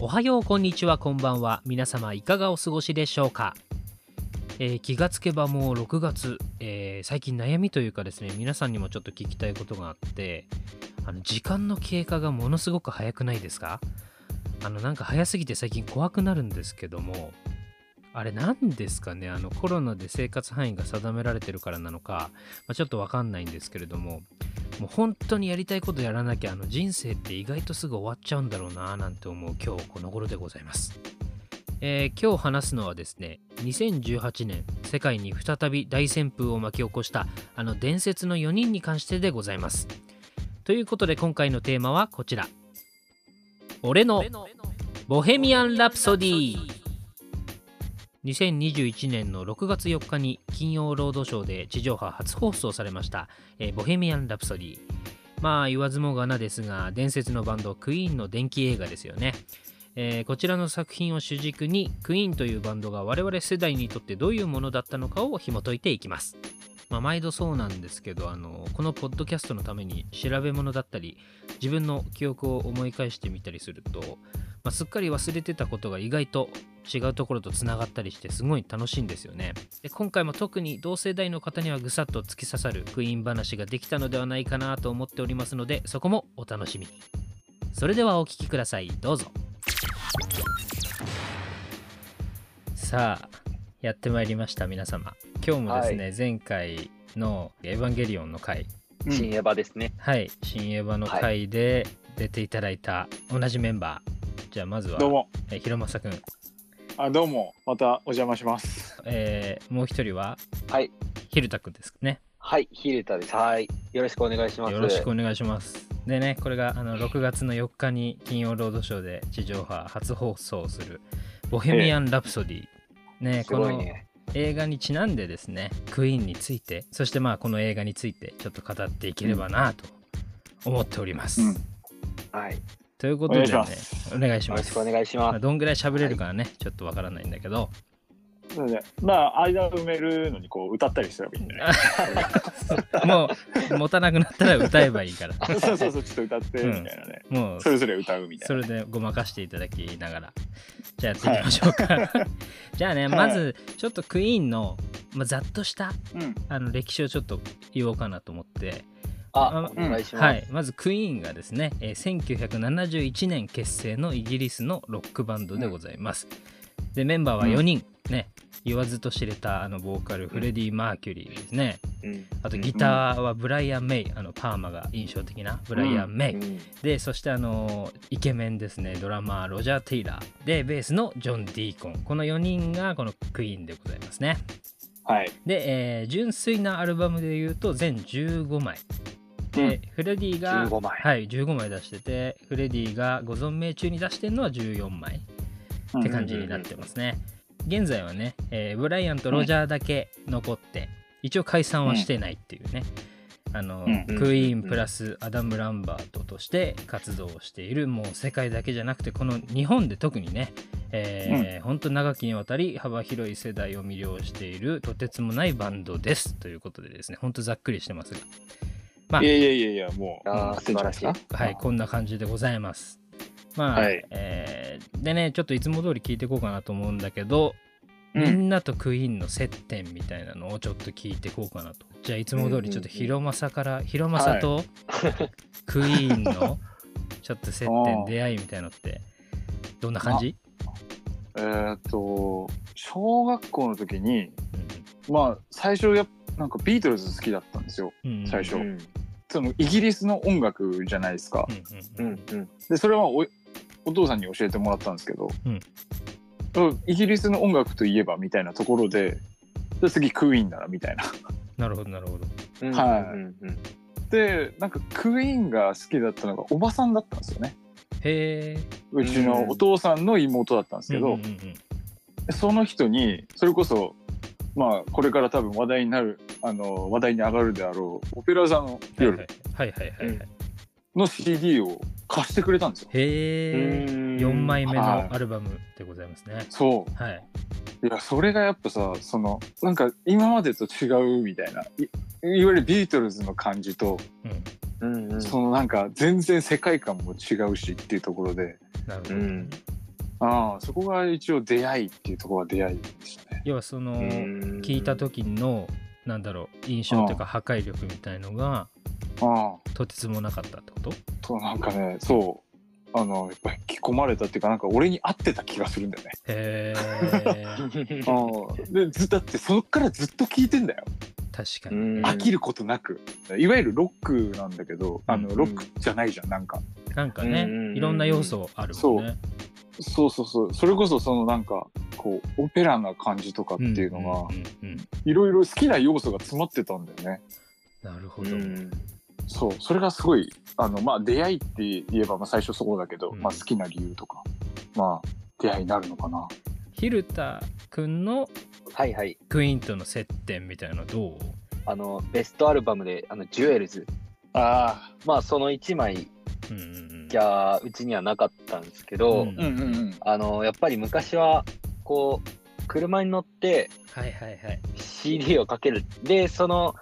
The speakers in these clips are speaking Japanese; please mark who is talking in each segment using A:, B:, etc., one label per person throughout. A: おはようこんにちはこんばんは皆様いかがお過ごしでしょうか、えー気がつけばもう6月、えー最近悩みというかですね皆さんにもちょっと聞きたいことがあってあの時間の経過がものすごく早くないですかあのなんか早すぎて最近怖くなるんですけどもあれ何ですかねあのコロナで生活範囲が定められてるからなのか、まあ、ちょっとわかんないんですけれどももう本当にやりたいことやらなきゃあの人生って意外とすぐ終わっちゃうんだろうなぁなんて思う今日この頃でございます、えー今日話すのはですね2018年世界に再び大旋風を巻き起こしたあの伝説の4人に関してでございますということで今回のテーマはこちら俺のボヘミアン・ラプソディ2021年の6月4日に金曜ロードショーで地上波初放送されましたえーボヘミアン・ラプソディ。まあ言わずもがなですが、伝説のバンドクイーンの電気映画ですよね。えーこちらの作品を主軸にクイーンというバンドが我々世代にとってどういうものだったのかを紐解いていきます。まあ、毎度そうなんですけどあのこのポッドキャストのために調べ物だったり自分の記憶を思い返してみたりすると、まあ、すっかり忘れてたことが意外と違うところとつながったりしてすごい楽しいんですよねで今回も特に同世代の方にはぐさっと突き刺さるクイーン話ができたのではないかなと思っておりますのでそこもお楽しみにそれではお聴きくださいどうぞさあやってまいりました皆様今日もですね、前回の「エヴァンゲリオン」の回
B: 新エヴァですね。
A: はい新エヴァの回で出ていただいた同じメンバーじゃあまずは
C: どうも、
A: えひろまさくん、
C: あ、どうも、またお邪魔します。
A: えーもう一人は
B: はい。
A: ひるたくんですね
B: はい、ヒレタです。はい。よろしくお願いします。
A: よろしくお願いします。でね、これがあの6月の4日に金曜ロードショーで地上波初放送する「ボヘミアン・ラプソディ」ね、
B: す
A: こ
B: ごい
A: の
B: ね。
A: 映画にちなんでですね、クイーンについて、そしてまあこの映画についてちょっと語っていければなと思っております。
C: うん
B: はい。よ
A: ということでね
C: お願いし、
A: お願いしま
B: ろ
A: す。
B: しくお願いし
A: まあ
B: ます。
A: どんぐらい喋れるかはね、ちょっとわからないんだけど、
C: なので、まあ、間埋めるのに、こう歌ったりすればいいんじゃな い。
A: もう持たなくなったら歌えばいいから、
C: そうそうそう、ちょっと歌ってみたいなね。
A: もう
C: それぞれ歌うみた
A: そ
C: いな。
A: れでごまかしていただきながらじゃあやっていきましょうか、 じゃあね、
C: い
A: まずちょっとクイーンの、まあ、ざっとした
C: うん、
A: あの歴史をちょっと言おうかなと思って
B: あ、お願いします。
A: はい、まずクイーンがですね、えー1971年結成のイギリスのロックバンドでございます、でメンバーは4人、ね言わずと知れたあのボーカルフレディ・マーキュリーですね
B: うん。
A: あとギターはブライアン・メイあのパーマが印象的なブライアン・メイ、
B: うん
A: でそしてあのイケメンですねドラマーロジャー・テイラーでベースのジョン・ディーコンこの4人がこのクイーンでございますね
C: はい。
A: で、えー純粋なアルバムでいうと全15枚で、
C: うん
A: フレディが
B: 15枚
A: はい、15枚出しててフレディがご存命中に出してるのは14枚って感じになってますね、現在はね、えーブライアンとロジャーだけ残って、一応解散はしてないっていうね、あの
C: うん
A: クイーンプラスアダム・ランバートとして活動をしているもう世界だけじゃなくてこの日本で特にねえーほんと長きにわたり幅広い世代を魅了しているとてつもないバンドですということでですねほんとざっくりしてますがまあ
C: いやいやいやいや、もう。
B: あー素晴らしい
C: うん
A: はい、こんな感じでございます。まあ、
C: はい
A: えーでね、ちょっといつも通り聞いていこうかなと思うんだけど、
C: う
A: み
C: ん。
A: んなとクイーンの接点みたいなのをちょっと聞いていこうかなと。じゃあ、いつも通りちょっとヒロマサから、ヒロマサとクイーンのちょっと接点、
C: あー
A: 出会いみたいなのって、どんな感じ
C: えーっと、小学校の時に、
A: う
C: まあ、最初やっ、なんかビートルズ好きだったんですよ。
A: んうんうん
C: 最初
B: う。
C: うんそのイギリスの音楽じゃないですか
A: う。ん
B: う
A: うんうん
B: ん。うん。
C: で、それはお、お父さんに教えてもらったんですけど。
A: うん
C: うんイギリスの音楽といえばみたいなところで。で次クイーンだなみたいな
A: なるほど、なるほど。
B: うん。
C: はい
B: うん。うん
C: でなんかクイーンが好きだったのがおばさんだったんですよね
A: へえ。
C: うちのお父さんの妹だったんですけ
A: う
C: ど、
A: んうんうん
C: その人にそれこそまあこれから多分話題になるあの話題に上がるであろう「オペラ座の
A: はい
C: 夜
A: はいはいはいはいはい。」
C: の CD を貸してくれたんですよ。
A: へえ。4枚目のアルバムでございますね。
C: そ
A: はい。
C: ういやそれがやっぱさそのなんか今までと違うみたいないいわゆるビートルズの感じと、
A: うん
B: うん。うん。
C: そのなんか全然世界観も違うしっていうところで
A: なるほど。
B: うん
C: ああ、そこが一応出会いっていうところが出会いですね。
A: 要はその聞
B: 聞
A: いた 時のなんだろう印象というか破壊力みたいのが
C: ああ、
A: とてつもなかったってこと
C: となんかね、そう。あの、やっぱり引き込まれたっていうか、なんか俺に合ってた気がするんだよね。
A: へ ー
C: ああ。で、ずだってそっからずっと聞いてんだよ。
A: 確か
B: う
A: に
B: ん
C: 飽きることなく。いわゆるロックなんだけど、あ
A: う
C: の、
A: ん
C: ロックじゃないじゃん、なんか。
A: なんかね
B: うんうんうん
A: いろんな要素あるもんね
C: そうそうそう。それこそそのなんか、こう、オペラな感じとかっていうのが、
A: んうんうんうん
C: いろいろ好きな要素が詰まってたんだよね。
A: なるほ
B: う
A: ど
B: ん
C: そう、それがすごい、あの、まあ、出会いって言えば、まあ、最初そうだけど、
A: うん
C: まあ、好きな理由とか、まあ、出会いになるのかな。
A: ヒルタ君の
B: はいはい。
A: クイーンとの接点みたいなのどう
B: あの、ベストアルバムで、あの、ジュエルズ。
C: あ
B: まあ、その1枚
A: うんうん
B: じゃうちにはなかったんですけど、
A: うん
C: あうんうんうん。
B: あの、やっぱり昔は、こう、車に乗って
A: はいはいはい
B: CD をかける。で、その、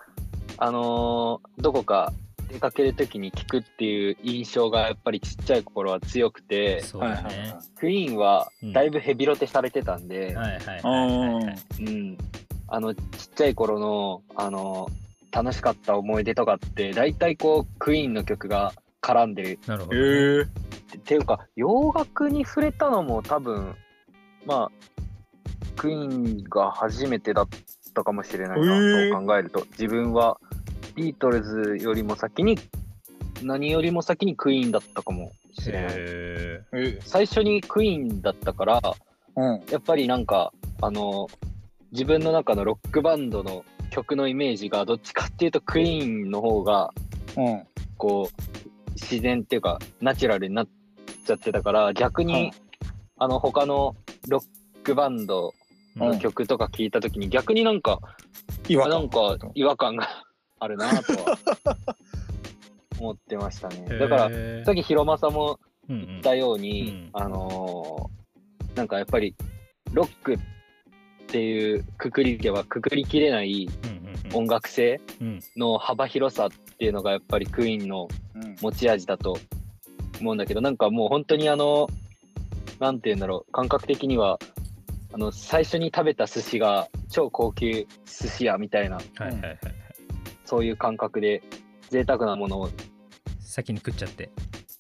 B: あのーどこか出かけるときに聞くっていう印象がやっぱりちっちゃい頃は強くて、
A: そう
C: はい
A: だ
C: はいはい
A: ね。
B: クイーンは
A: うん
B: だいぶヘビロテされてたんで、
A: はいはい
C: あ
A: はいはいはい
C: ー
B: うん、あのちっちゃい頃のあの楽しかった思い出とかって大体こうクイーンの曲が絡んでる
A: なるほどね
C: へえ。
B: ってていうか洋楽に触れたのも多分まあクイーンが初めてだったかもしれないな、
C: へえ
B: そう考えると自分はビートルズよりも先に何よりも先にクイーンだったかもしれない
A: へ
C: えー
B: 最初にクイーンだったから
C: うん。
B: やっぱりなんかあの自分の中のロックバンドの曲のイメージがどっちかっていうとクイーンの方が
C: うん。
B: こう自然っていうかナチュラルになっちゃってたから逆に、
C: はい
B: あの他のロックバンド
A: ーう
B: の
A: ん
B: 曲とか聞いた時に逆になんか、
C: 違和
B: あな
C: 感
B: ん。か違和感が あるなとは思ってましたね。だから
A: へー
B: さっきヒロマサも
A: うんう
B: 言
A: ん
B: ったように、
A: うん
B: あのーなんかやっぱりロックっていうくくりではくくりきれない
A: うんうんうん
B: 音楽性
A: うん
B: の幅広さっていうのがやっぱりクイーンの
C: うん
B: 持ち味だと思うんだけどなんかもう本当にあのなんて言うんだろう感覚的にはあの最初に食べた寿司が超高級寿司屋みたいな
A: はいはいはい
B: そういう感覚で贅沢なものを
A: 先に食っちゃって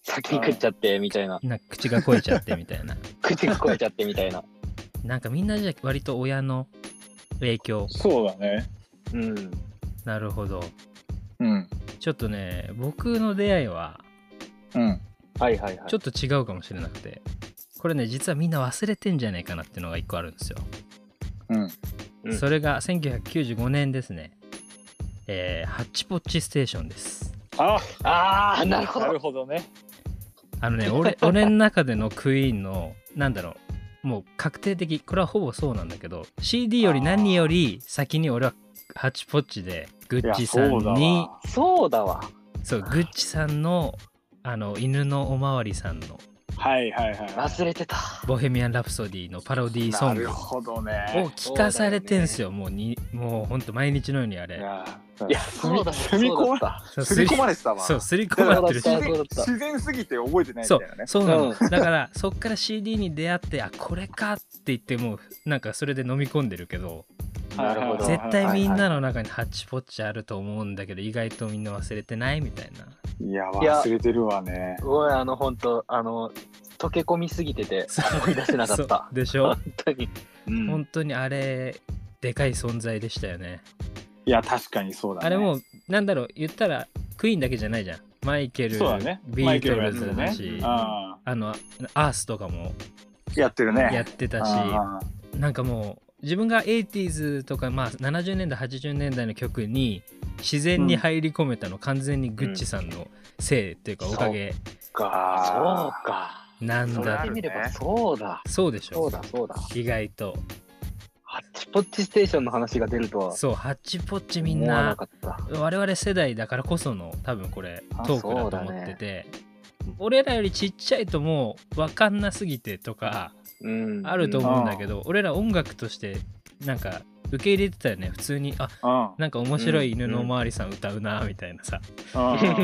B: 先に食っちゃってみたいな
A: なんか口が肥えちゃってみたい な
B: 口が超えちゃってみたいな。
A: なんかみんなじゃ割と親の影響
C: そうだね。
B: うん
A: なるほど
C: うん。
A: ちょっとね僕の出会いは
C: うん。
B: はいはいはい。
A: ちょっと違うかもしれなくてこれね実はみんな忘れてんじゃないかなっていうのが一個あるんですよ、
C: うん。
B: うん
A: それが1995年ですねえーハッチポッチステーションです
C: あ
B: ああ、なるほ
C: な
B: ど。
C: るほどね。
A: あ のね俺俺の中でのクイーンのなんだろうもう確定的これはほぼそうなんだけど CD より何より先に俺はハッチポッチでグッチさんに
C: わ
B: そうだわ。
A: そうグッチさんのあの犬のおまわりさんの
C: はいはいはい。
B: 忘れてた。
A: 「ボヘミアン・ラプソディ」のパロディーソ
C: な
A: ング
C: る
A: を
C: ほどね。
A: 聞かされてんすよもうにもうほんと毎日のようにあ
C: い
A: れ
C: や、
B: いや、そうだ、
C: すみ
B: そう
C: 込
B: だっ
A: そう
C: すり込ま
A: れ
C: れてたわ。
A: そうすり込まれてるし
B: だからそうだった
C: 自然すぎて覚えてないみた
A: そ
C: いうなね。
A: そうなの、だからそっから CD に出会ってあこれかって言ってもうなんかそれで飲み込んでるけど
B: た。なるほど。
C: はいはい
A: 絶対みんなの中にハッチポッチあると思うんだけど意外とみんな忘れてないみたいない
C: や、
B: いや
C: 忘れてるわね。
B: ごめん、あの、本当あの、溶け込みすぎてて、
A: そう
B: 思い出せなか っ
A: そ
B: た
A: う。でしょ
B: 本当に。うん
A: 本当にあれでかい存在でしたよね
C: いや、確かにそうだね。
A: あれもうなんだろう言ったらクイーンだけじゃないじゃんマイケル、
C: そうだね。
A: ビ
C: マイ
A: ー
C: ケ
A: ト
C: ルの
A: ル
C: やつ
A: ズ
C: も
A: だ
C: ね
A: し、。
C: あ
A: あのアースとかも
C: ーやってるね。
A: やってたし、
C: あ
A: なんかもう自分が 80s とか、まあ、70年代80年代の曲に自然に入り込めたの、完全にグッチさんのせいっていうか
B: うん
A: おかげ
B: そっか。そうか。
A: なんだ
B: そう
A: ろう
B: やってみれば、そうだ。
A: そうでし
B: そ
A: ょ
B: うだ、そうだ。
A: 意外と
B: ハッチポッチステーションの話が出るとは、
A: そうハッチポッチみん
B: 思わな
A: な
B: かった。
A: 我々世代だからこその多分これ
B: あ
A: トークだと思ってて、俺らよりちっちゃいともう分かんなすぎてとか
B: うん。
A: あると思うんだけど、俺ら音楽としてなんか受け入れてたよね普通にあ
C: あ。
A: なんか面白い犬のおまわりさん歌うなみたいなさ、
C: うん。うんうんうんう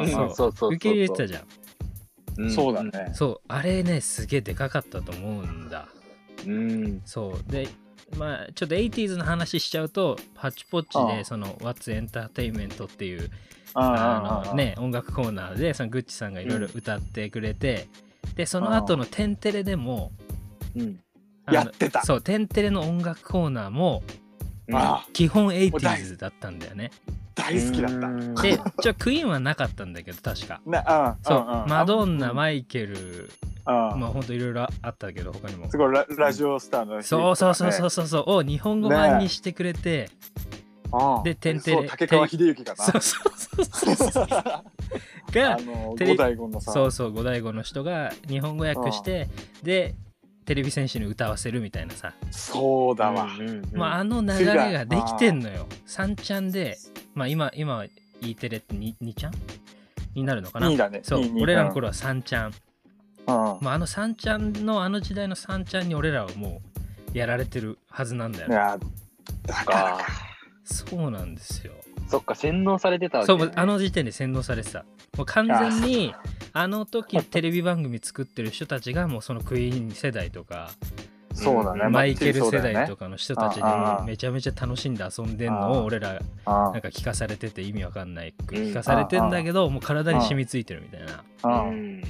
C: ん
B: うん。そうそうそうそう。
A: 受け入れてたじゃん
B: ん
C: そうだね。
A: そうあれねすげえでかかったと思うんだ
B: うん
A: そうでまあちょっと 80s の話しちゃうとパチポッチ
C: あ
A: で
C: あ
A: その「What's Entertainment」っていう
C: あ
A: あ
C: ー
A: の、ね音楽コーナーでそのグッチさんがいろいろ歌ってくれて、でその後の「テンテレ」でも
B: うん
A: あの
C: やってた
A: そう「テンテレ」の音楽コーナーも
C: ああ、
A: 基本 80s だったんだよね
C: 大好きだった。
B: た
A: でちょクイーンはなかったんだけど確か
C: なああ
A: そう、
C: ああ
A: マドンナ
C: うん
A: マイケル
C: ああ
A: まあほんといろいろあったけど他にも
C: すごいララジオスターの人とか
A: そ
C: ね、
A: うそうそうそうそうそうを日本語版にしてくれて、
C: ああ
A: で天てれ
C: そう竹川秀之かな
A: そうそうそう そうそう
C: あ
A: が
C: の
A: テレ
C: 五代五のさ
A: そうそう五醍醐の人が日本語訳してでテレビ戦士に歌わせるみたいなさ、
C: そうだわ、
A: まあ、あの流れができてんのよ3ちゃんで、まあ、今今は E テレって 2, 2ちゃんになるのかな
C: 2だね
A: そう
C: 2 2
A: 俺らの頃は3ちゃん、
C: うん
A: まあ、あの3ちゃんのあの時代の3ちゃんに俺らはもうやられてるはずなんだよ
C: い
A: ね
C: やだからか
A: そうなんですよ
B: そっか洗脳されてたわけ
A: そ
B: ね、
A: うもうあの時点で洗脳されてたもう完全にあの時テレビ番組作ってる人たちがもうそのクイーン世代とか
C: そうだね、
B: うん
A: マイケル世代と
C: か
A: かの人たちに
C: ああああ
A: めちゃめちゃ楽しんで遊んでんのを俺ら
C: あ
A: なんか聞かされてて意味わかんないく
B: うん
A: 聞かされてんだけどもう体に染みついてるみたいな
C: あああ
B: うんうん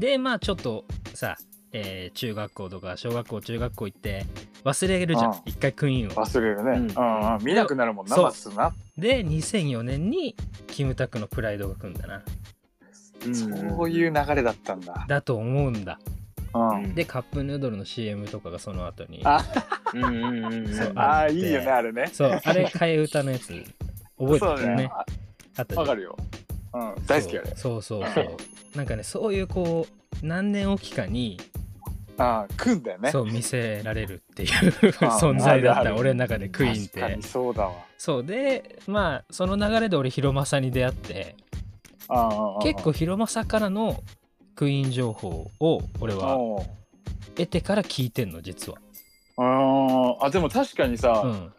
A: でまあちょっとさえー中学校とか小学校中学校行って忘れるじゃ
C: あ
A: ん
C: あ
A: 一回クイーンを
C: 忘れるね、
B: う
C: うんんうん見なくなるもんな
A: そう
C: まっすぐな
A: で2004年にキムタクのプライドが来んだな
B: うん
C: そういう流れだったんだ、
A: だと思うんだ
C: うん
B: うん
A: でカップヌードルの CM とかがその後に
C: あ
B: うんうんうんうん
A: そう
C: あ
A: あっ
C: あ
A: て
C: いいよねあれね
A: そうあれ替え歌のやつ覚えて
C: そう
A: る
C: だ
A: よ
C: ね
A: ねあったじゃ
C: わ
A: ん
C: かるよ、うん、大好きあれ
A: そうそうそうそうなんかねそういうこう何年おきかに、
C: ああ組んだよね
A: そう見せられるっていう
C: あ
A: 存在だ
C: あ
A: っ
C: るあ
A: た
C: る
A: 俺の中でクイーンっ
C: 確か
A: て
C: にそうだわ
A: そうでまあその流れで俺ヒロマサに出会って
C: ああああ
A: 結構ヒロマサからのクイーン情報を俺は
C: おう
A: 得てから聞いてんの実は、
C: あああでも確かにさ、
A: うん、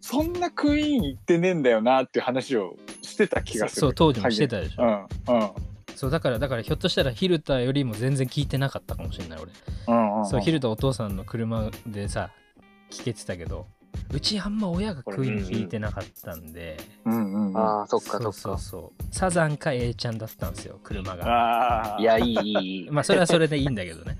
C: そんなクイーン行ってねえんだよなっていう話をしてた気がする。
A: そう当時もしてたでしょ、
C: はい。うんうん
A: そうだからだからひょっとしたらヒルタよりも全然聞いてなかったかもしれない俺
C: うんんん。
A: そうヒルタお父さんの車でさ聞けてたけどうちあんま親がクイーン聞いてなかったんで、
C: うんうんうん。あ
B: ああそっかそっ
A: そうそう
B: か
A: そうサザンか A ちゃんだったんですよ車が
C: あー。
B: いやいいいいいい
A: まあそれはそれでいいんだけどね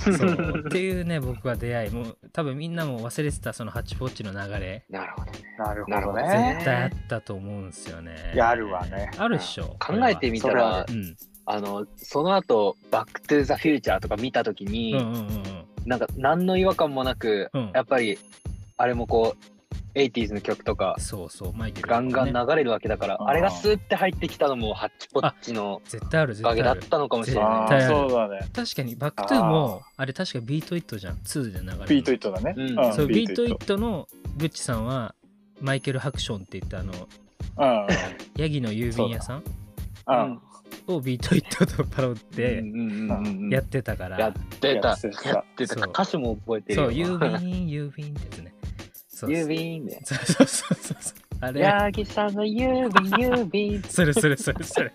C: うん
A: そうっていうね僕は出会いもう多分みんなも忘れてたそのハチポッチの流れ
B: なるほどね
C: なる
B: な
C: ほ
B: るほ
C: ど
B: ど
C: ね。
B: ね
A: 絶対あったと思うんですよね
C: いやあるわね
A: あるっしょ
B: 考えてみた
C: それはあ
B: ら
A: これはうん
B: あのその後バック・トゥ・ザ・フューチャー」とか見た時に、
A: うんうんうん
B: なんか何の違和感もなく、
A: うん
B: やっぱりあれもこう 80s の曲とか
A: うんそうそうマイケルと
B: ガ
A: か
B: ン
A: ね
B: ガン流れるわけだから、
C: あー
B: あれがスーって入ってきたのもハッチポッチの
A: 絶対ある
B: お
A: 絶
B: かげ
A: 対
B: だ
A: あ
B: っ
A: る
B: たのかもしれ
C: あ
B: な
A: 絶
B: い
A: 対
C: あ
A: ある
C: そうだね。
A: 確かにバックトゥーもあれ確かビートイットじゃん2で流れるの
C: ビートイットだね。
B: うん
C: ん
A: そうビートイッ。
C: ト
A: トのグッチさんはマイケル・ハクションって言ったあの
C: うん
A: ヤギの郵便屋さん
C: うん。うん
A: をビートイットとパロってや
B: や
A: ってたから、
B: やってた
C: やってた
B: やってた
A: そう
B: 歌詞も覚えてる
A: そう
B: よ
A: 郵便郵便ってやつねそう
B: 郵便で
A: そうそうそうそうそうあれ
B: ヤギさんの郵便郵 便
A: それそれそれそれ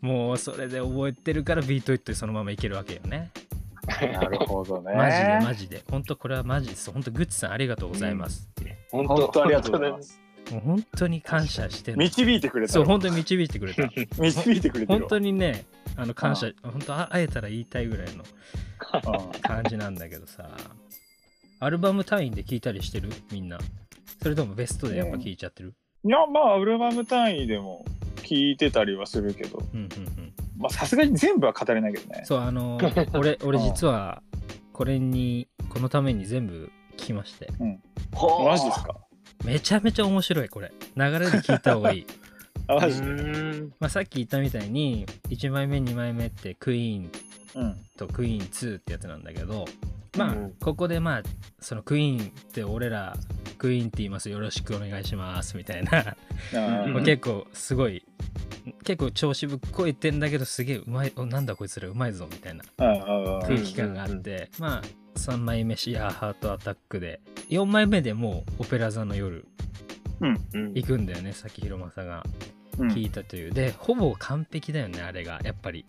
A: もうそれで覚えてるからビートイットでそのままいけるわけよね
C: なるほどね。
A: マジでマジで本当これはマジです本当グッチさんありがとうございますっていう、
B: 本
C: 本当ありがとうございます。
A: もう本当に感謝してる
C: 導いてくれた。
A: そう本当に導いてくれた
C: 導いてくれてる
A: 本
C: わ。
A: 当にねあの感謝本当あ会えたら言いたいぐらいの感じなんだけどさアルバム単位で聴いたりしてるみんなそれともベストでやっぱ聴いちゃってる、
C: うんいやまあアルバム単位でも聞いてたりはするけど、
A: うん、うんうん
C: まあさすがに全部は語れないけどね。
A: そうあ の俺俺実はこれにこのために全部聞きまして
B: ほう
C: マジですか。
A: めちゃめちゃ面白いこれ流れで聞いた方が いい
C: あ
B: う
C: マジで。
B: ーん
A: まあさっき言ったみたいに1枚目2枚目ってクイーン
C: うん。
A: とクイーン2ってやつなんだけどまあ、
B: うん
A: ここでまあそのクイーンって俺らクイーンって言いますよろしくお願いしますみたいな、
B: うん
A: もう結構すごい結構調子ぶっこいてんだけどすげえうまいおなんだこいつらうまいぞみたいな
C: 構
A: 空気感があって、まあ3枚目シアーハートアタックで4枚目でもう「オペラ座の夜
B: うん」
A: 行くんだよねさっきひろまさが聞いたという、でほぼ完璧だよねあれがやっぱり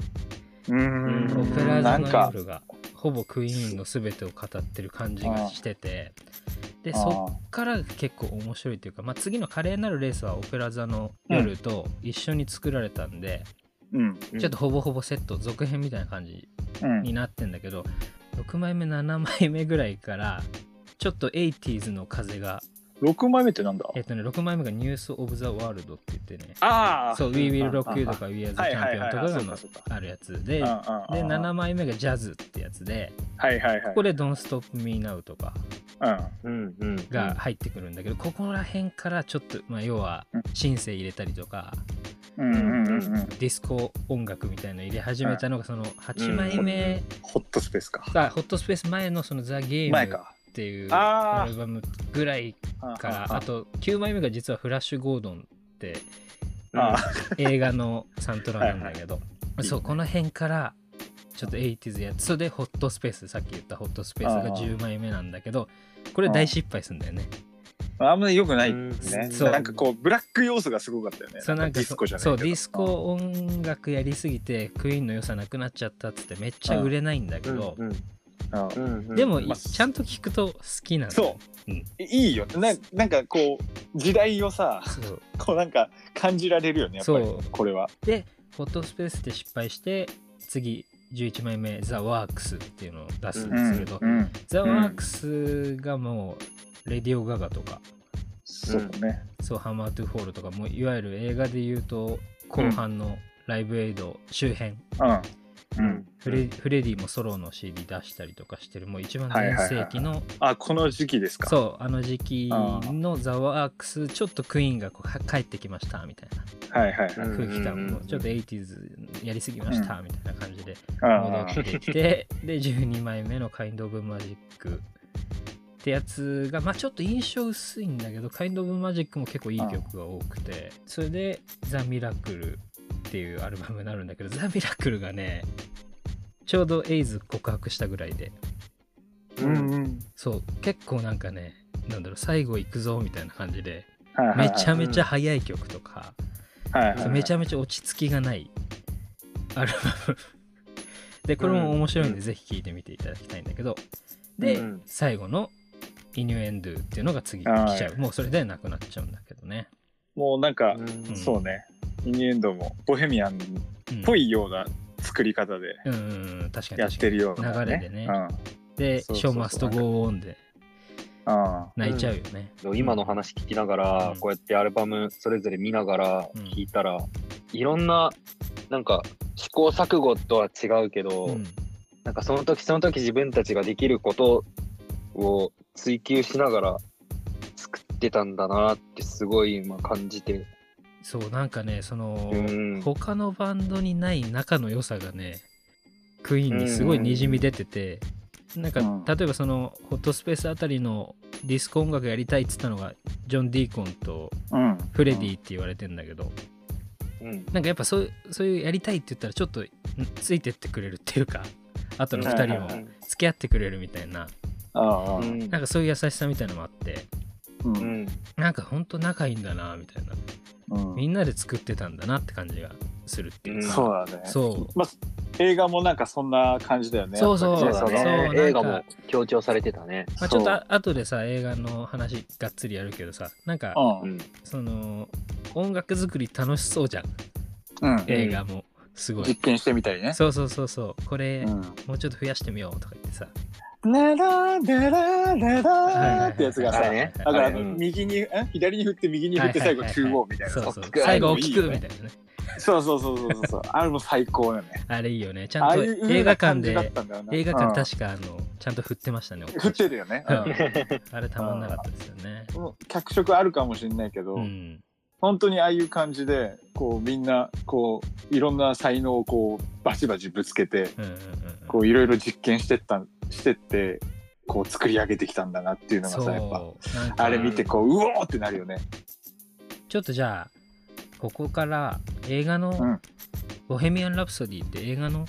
C: うーん
A: オペラ座
C: な
A: の
C: んか
A: 夜がほぼクイーンの全てを語ってる感じがしててでそ
C: あ
A: っから結構面白いというか、まあ、次の華麗なるレースはオペラ座の夜と一緒に作られたんで、
C: ーうん
B: うん
A: ちょっとほぼほぼセット続編みたいな感じ
C: うん
A: になってんだけど6枚目7枚目ぐらいからちょっと 80s の風が
C: 6枚目ってなんだ
A: えっとね6枚目が「ニュース・オブ・ザ・ワールド」って言ってね
C: ああ
A: そう「We Will Rock You」とか「We Are the
C: はいはい
A: Champion」
C: はい
A: とか
C: そ
A: が
C: う
A: の
C: かそうか
A: あるやつで
C: で
A: で7
C: 枚
A: 枚目が「ジャズ」ってやつで
C: はいはいはい
A: ここで「Don't Stop Me Now」とか
C: う
B: うんうんうん
A: が入ってくるんだけどここら辺からちょっとまあ要は
C: うん
A: シンセ入れたりとか
C: んうんうんうんうん
A: ディスコ音楽みたいの入れ始めたのがその8枚目
C: ホットスペースか
A: がホットスペース前のその「ザ・ゲー
C: 前
A: ム」
C: か
A: っていう
C: あー
A: アルバムぐらいからあ
C: あ
A: と9枚目が実は「フラッシュ・ゴードン」って
C: あ
A: 映画のサントラなんだけど
C: い
A: そうこの辺からちょっと 80s やつそれでホットスペースさっき言ったホットスペースが
C: あー
A: 10枚目なんだけどこれ大失敗すんだよね
C: あんまり良くないね
A: そう
C: なんかこうブラック要素がすごかったよね
A: そうなんか
C: ディスコじゃない
A: そうディスコ音楽やりすぎてクイーンの良さなくなっちゃったっつってめっちゃ売れないんだけど
B: うんうんうんうん
A: でも
C: まあ
A: ちゃんと聞くと好きなんだよ
C: そいいよななんかこう時代をさ
A: そう
C: こうなんか感じられるよねやっぱり
A: そう
C: これは
A: でホットスペースで失敗して次11枚目「ザ・ワークスっていうのを出すんですけど、
C: うん
A: ザ・ワークスがもうレディオ・ガガとか、
C: そうね
A: そうハマー・トゥ・フォールとかもういわゆる映画で言うと後半のライブエイド周辺、
C: うんうん
A: フレフレディもソロの CD 出したりとかしてるもう一番全盛期の、
C: あこの時期ですか
A: そうあの時期のザ・ワークスちょっとクイーンがこうは帰ってきましたみたいな
C: はいはいはい
A: 空気
B: うん
A: 感
B: うん
A: も
B: うん
A: ちょっと 80s やりすぎましたみたいな感じで戻
C: あ
A: ってきてで12枚目の「カインド・オブ・マジック」ってやつがまあちょっと印象薄いんだけど「カインド・オブ・マジック」も結構いい曲が多くてそれで「ザ・ミラクル」っていうアルバムになるんだけど「ザ・ミラクル」がねちょうどエイズ告白したぐらいで
C: ーうんうん
A: そう結構なんかねなんだろう最後行くぞみたいな感じで
C: はいはいは
A: め
C: い
A: ちゃめちゃ速い曲とか
C: はいはいはい
A: めちゃめちゃ落ち着きがないアルバム でこれも面白いんで
B: うん
A: ぜひ聴いてみていただきたいんだけど
B: うん
A: で
B: うん
A: 最後の「イニュエンドゥ」っていうのが次
C: は
A: 来
C: い
A: ちゃうもうそれでなくなっちゃうんだけどね、
C: もうなんか
B: うん
C: そうねイニエンドもボヘミアンっ
A: うん、
C: ぽいような作り方で
A: うんうんうん確かに
C: やっ
A: 確か
C: て
A: に
C: るような
A: 流れでね
C: うん
A: で「シ
C: そう
A: ョ
C: そう
A: ー
C: そう
A: マストゴーオン」で
C: あ
A: 泣いちゃうよね、
B: 今の話聞きながら、
A: うん
B: こうやってアルバムそれぞれ見ながら
A: うん
B: 聞いたら、いろんななんか試行錯誤とは違うけど、
A: うん
B: なんかその時その時自分たちができることを追求しながら作ってたんだなってすごい今感じて、
A: そうなんかねその、
B: うん
A: 他のバンドにない仲の良さがねクイーンにすごいにじみ出てて、なんか、
C: うん
A: 例えばそのホットスペースあたりのディスコ音楽やりたいっつったのがジョン・ディーコンと
C: あうん
A: フレディって言われてんだけど、
B: うん、
A: なんかやっぱそういうそういうやりたいって言ったらちょっとんついてってくれるっていうかあとの2人も付き合ってくれるみたいな、
C: あああ
B: うん
A: なんかそういう優しさみたいなのもあって
C: う
B: うんん
A: なんかほんと仲いいんだなみたいな
C: うん
A: みんなで作ってたんだなって感じがするっていうか、
C: そうだね
A: そう
C: まあ映画もなんかそんな感じだよね
A: そうそう
B: そう
C: やっぱ
B: だ
C: り
A: そう
B: ね
A: なんか
B: 映画も強調されてたね
A: まあ、ちょっとあ後でさ映画の話がっつりやるけどさなんか
C: そう
B: うん
A: その音楽作り楽しそうじゃん
C: うんうん
A: 映画もすご
C: 実
A: い
C: 験してみたりね
A: そうそうそうそうこれ
C: うん
A: もうちょっと増やしてみようとか言ってさ
C: ラララララ
A: はいはい
C: ラってやつが
B: は
C: さ
B: いはい
C: だからあ
B: う
C: の
B: ん
C: 右にえ左に振って右に振って
A: はいはい
C: 最後
A: はい
C: 中央みたいな
A: そうそう
B: 大きく
A: 最後大きく
C: あれもい
A: みた
C: い
A: いなね
C: そうそうそうそうそうそうあれも最高だね
A: あれいいよねち
C: あ
A: ゃん
C: あ
A: と
C: いう
A: 映画館で
C: 感じだったんだよな
A: 映画館
C: うん
A: 確かあのちゃんと振ってましたね
C: 振ってるよね
A: う
C: うんん
A: あれたまんなかったですよね
C: もう脚色あるかもしれないけど
A: うん
C: 本当にああいう感じでこうみんなこういろんな才能をこうバチバチぶつけて
A: うんうんうんう
C: こ
A: ん
C: ういろいろ実験してったしてってこう作り上げてきたんだなっていうのがさやっぱ
A: そうなんか
C: あれ見てこううおーってなるよね。
A: ちょっとじゃあここから映画の、
C: うん
A: ボヘミアン・ラプソディって映画の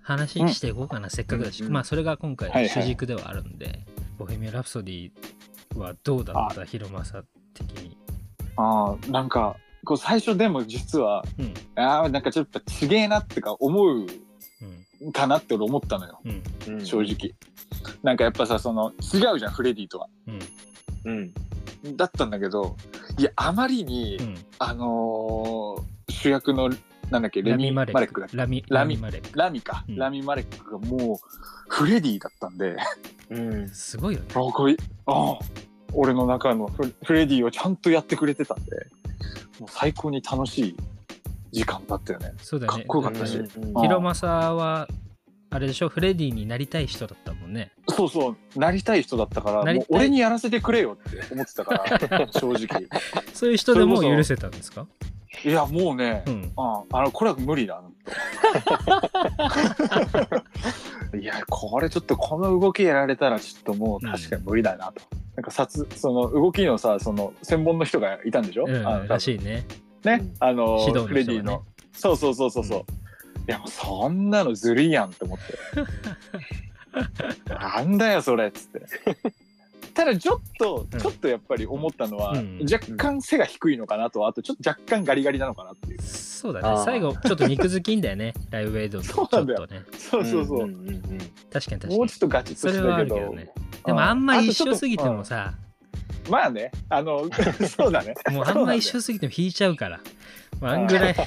A: 話していこうかな、せっかくだし、
B: うん
A: まあそれが今回
C: はい
A: の
C: はい
A: 主軸ではあるんで、ボヘミアン・ラプソディはどうだった広間さ的に。
C: あーなんかこう最初でも実は
A: うん
C: あーなんかちょっとちげえなってか思う
A: うん
C: かなって俺思ったのよ
A: うん
B: うん
C: 正。直、なんかやっぱさその違うじゃんフレディとは
A: うん
B: うん。
C: だったんだけどいやあまりに、
A: うん
C: あのー主役のなんだっけレ
A: ラ
C: ミ
A: ミマ
C: マ
A: レ
C: レ
A: ッ
C: ックだ
A: クラミ
C: ラミ
A: マレック
C: ラミか、
A: うん
C: ラミマレックがもうフレディだったんで
B: うん。
A: すごいよね
C: あこいあ俺の中のフフレディをちゃんとやってくれてたんでもう最高に楽しい時間だったよね
A: そうだよね
C: かっこよかったし
A: だ
B: うん
A: ら
C: あ
A: ヒロマサはあれでしょフレディになりたい人だったもんね
C: そうそうなりたい人だったから
A: なり
C: も
A: たいう
C: 俺にやらせてくれよって思ってたから正直
A: そういう人でも許せたんですか
C: いやもうね、
A: うん
C: ああのこれは無理だ ないやこれちょっとこの動きやられたらちょっともう確かに無理だなと、なんかさつその動きのさその専門の人がいたんでしょ、
A: うん
C: あの
A: らしいね
C: ねあの
A: 指導
C: フ
A: の
C: レ
A: 人
C: デ
A: が
C: ィ
A: ね
C: のそうそうそうそうそう、
A: う
C: いやもうそんなのずるいやんって思って なんだよそれっつってただちょっと、
A: うん
C: ちょっとやっぱり思ったのは、
A: うん
C: 若干背が低いのかなとあとちょっと若干ガリガリなのかなっていう
A: そうだ
B: あ
A: ね
B: ー
A: 最後ちょっと肉付きんだよねライブエイドのちょ
C: そ
A: っ
C: うなんだよ
A: とね
C: そうそうそう、
B: んんうん
A: 確かに確か
C: もう
A: に
C: ちょっとガチッと
A: そ
C: し
A: れはあ
C: たけ
A: るけ
C: ど
A: どねでもあんまり一緒すぎても、さ
C: うんまあね あのそうだね
A: もうあんまり一緒すぎても引いちゃうからまああ
C: うん
A: んぐらい あ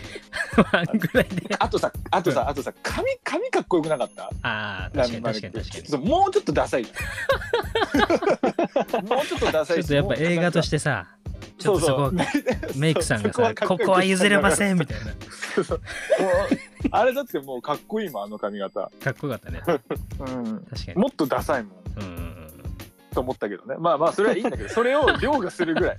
A: んぐらいで
C: あとさあとさあとさ髪髪かっこよくなかった
A: ああ確かに
C: ラミマ
A: 確
C: ル
A: かに
C: ク
A: 確かに
C: そうもうちょっとダ サいじゃんもうちょっとダサ
A: ちょ
C: い
A: っとやっぱ映画としててさちょっとそこはメイクさんがさ「ここは譲れま せん」みたいな
C: あれだってもうかっこいいもんあの髪型、
A: かっこよかったね
C: うん、
A: 確かに
C: もっとダサいも
A: うん
C: ん
A: うんうん
C: と思ったけどねまあまあそれはいいんだけどそれを凌駕するぐ らい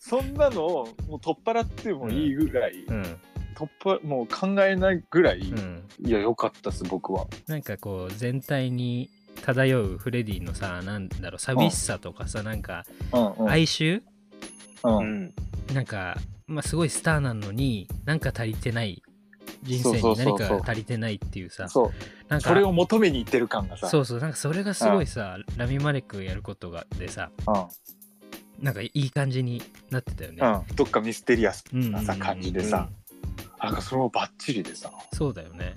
C: そんなのをもう取っ払ってもいいぐらい、
A: うん
C: 突破もう考えないぐらい、
A: うん
C: いや良かったです僕は
A: なんかこう全体に漂うフレディのさなんだろう寂しさとかさなんか
C: うんうん
A: 哀愁
C: うん
B: うん
A: なんか、まあ、すごいスターなのになんか足りてない人生
C: そう
A: に
C: そうそ
A: 何
C: うそう
A: か足りてないっていうさ
C: そう
A: なんか
C: それを求めに行ってる感がさ
A: そうそうなんかそれがすごいさラミマレックやることがでさ
C: うん
A: なんかいい感じになってたよね
C: うん、どっかミステリアス
A: うんうんうんう
C: なんさ感じでさ、なんかそれもバッチリでさ
A: そうだよね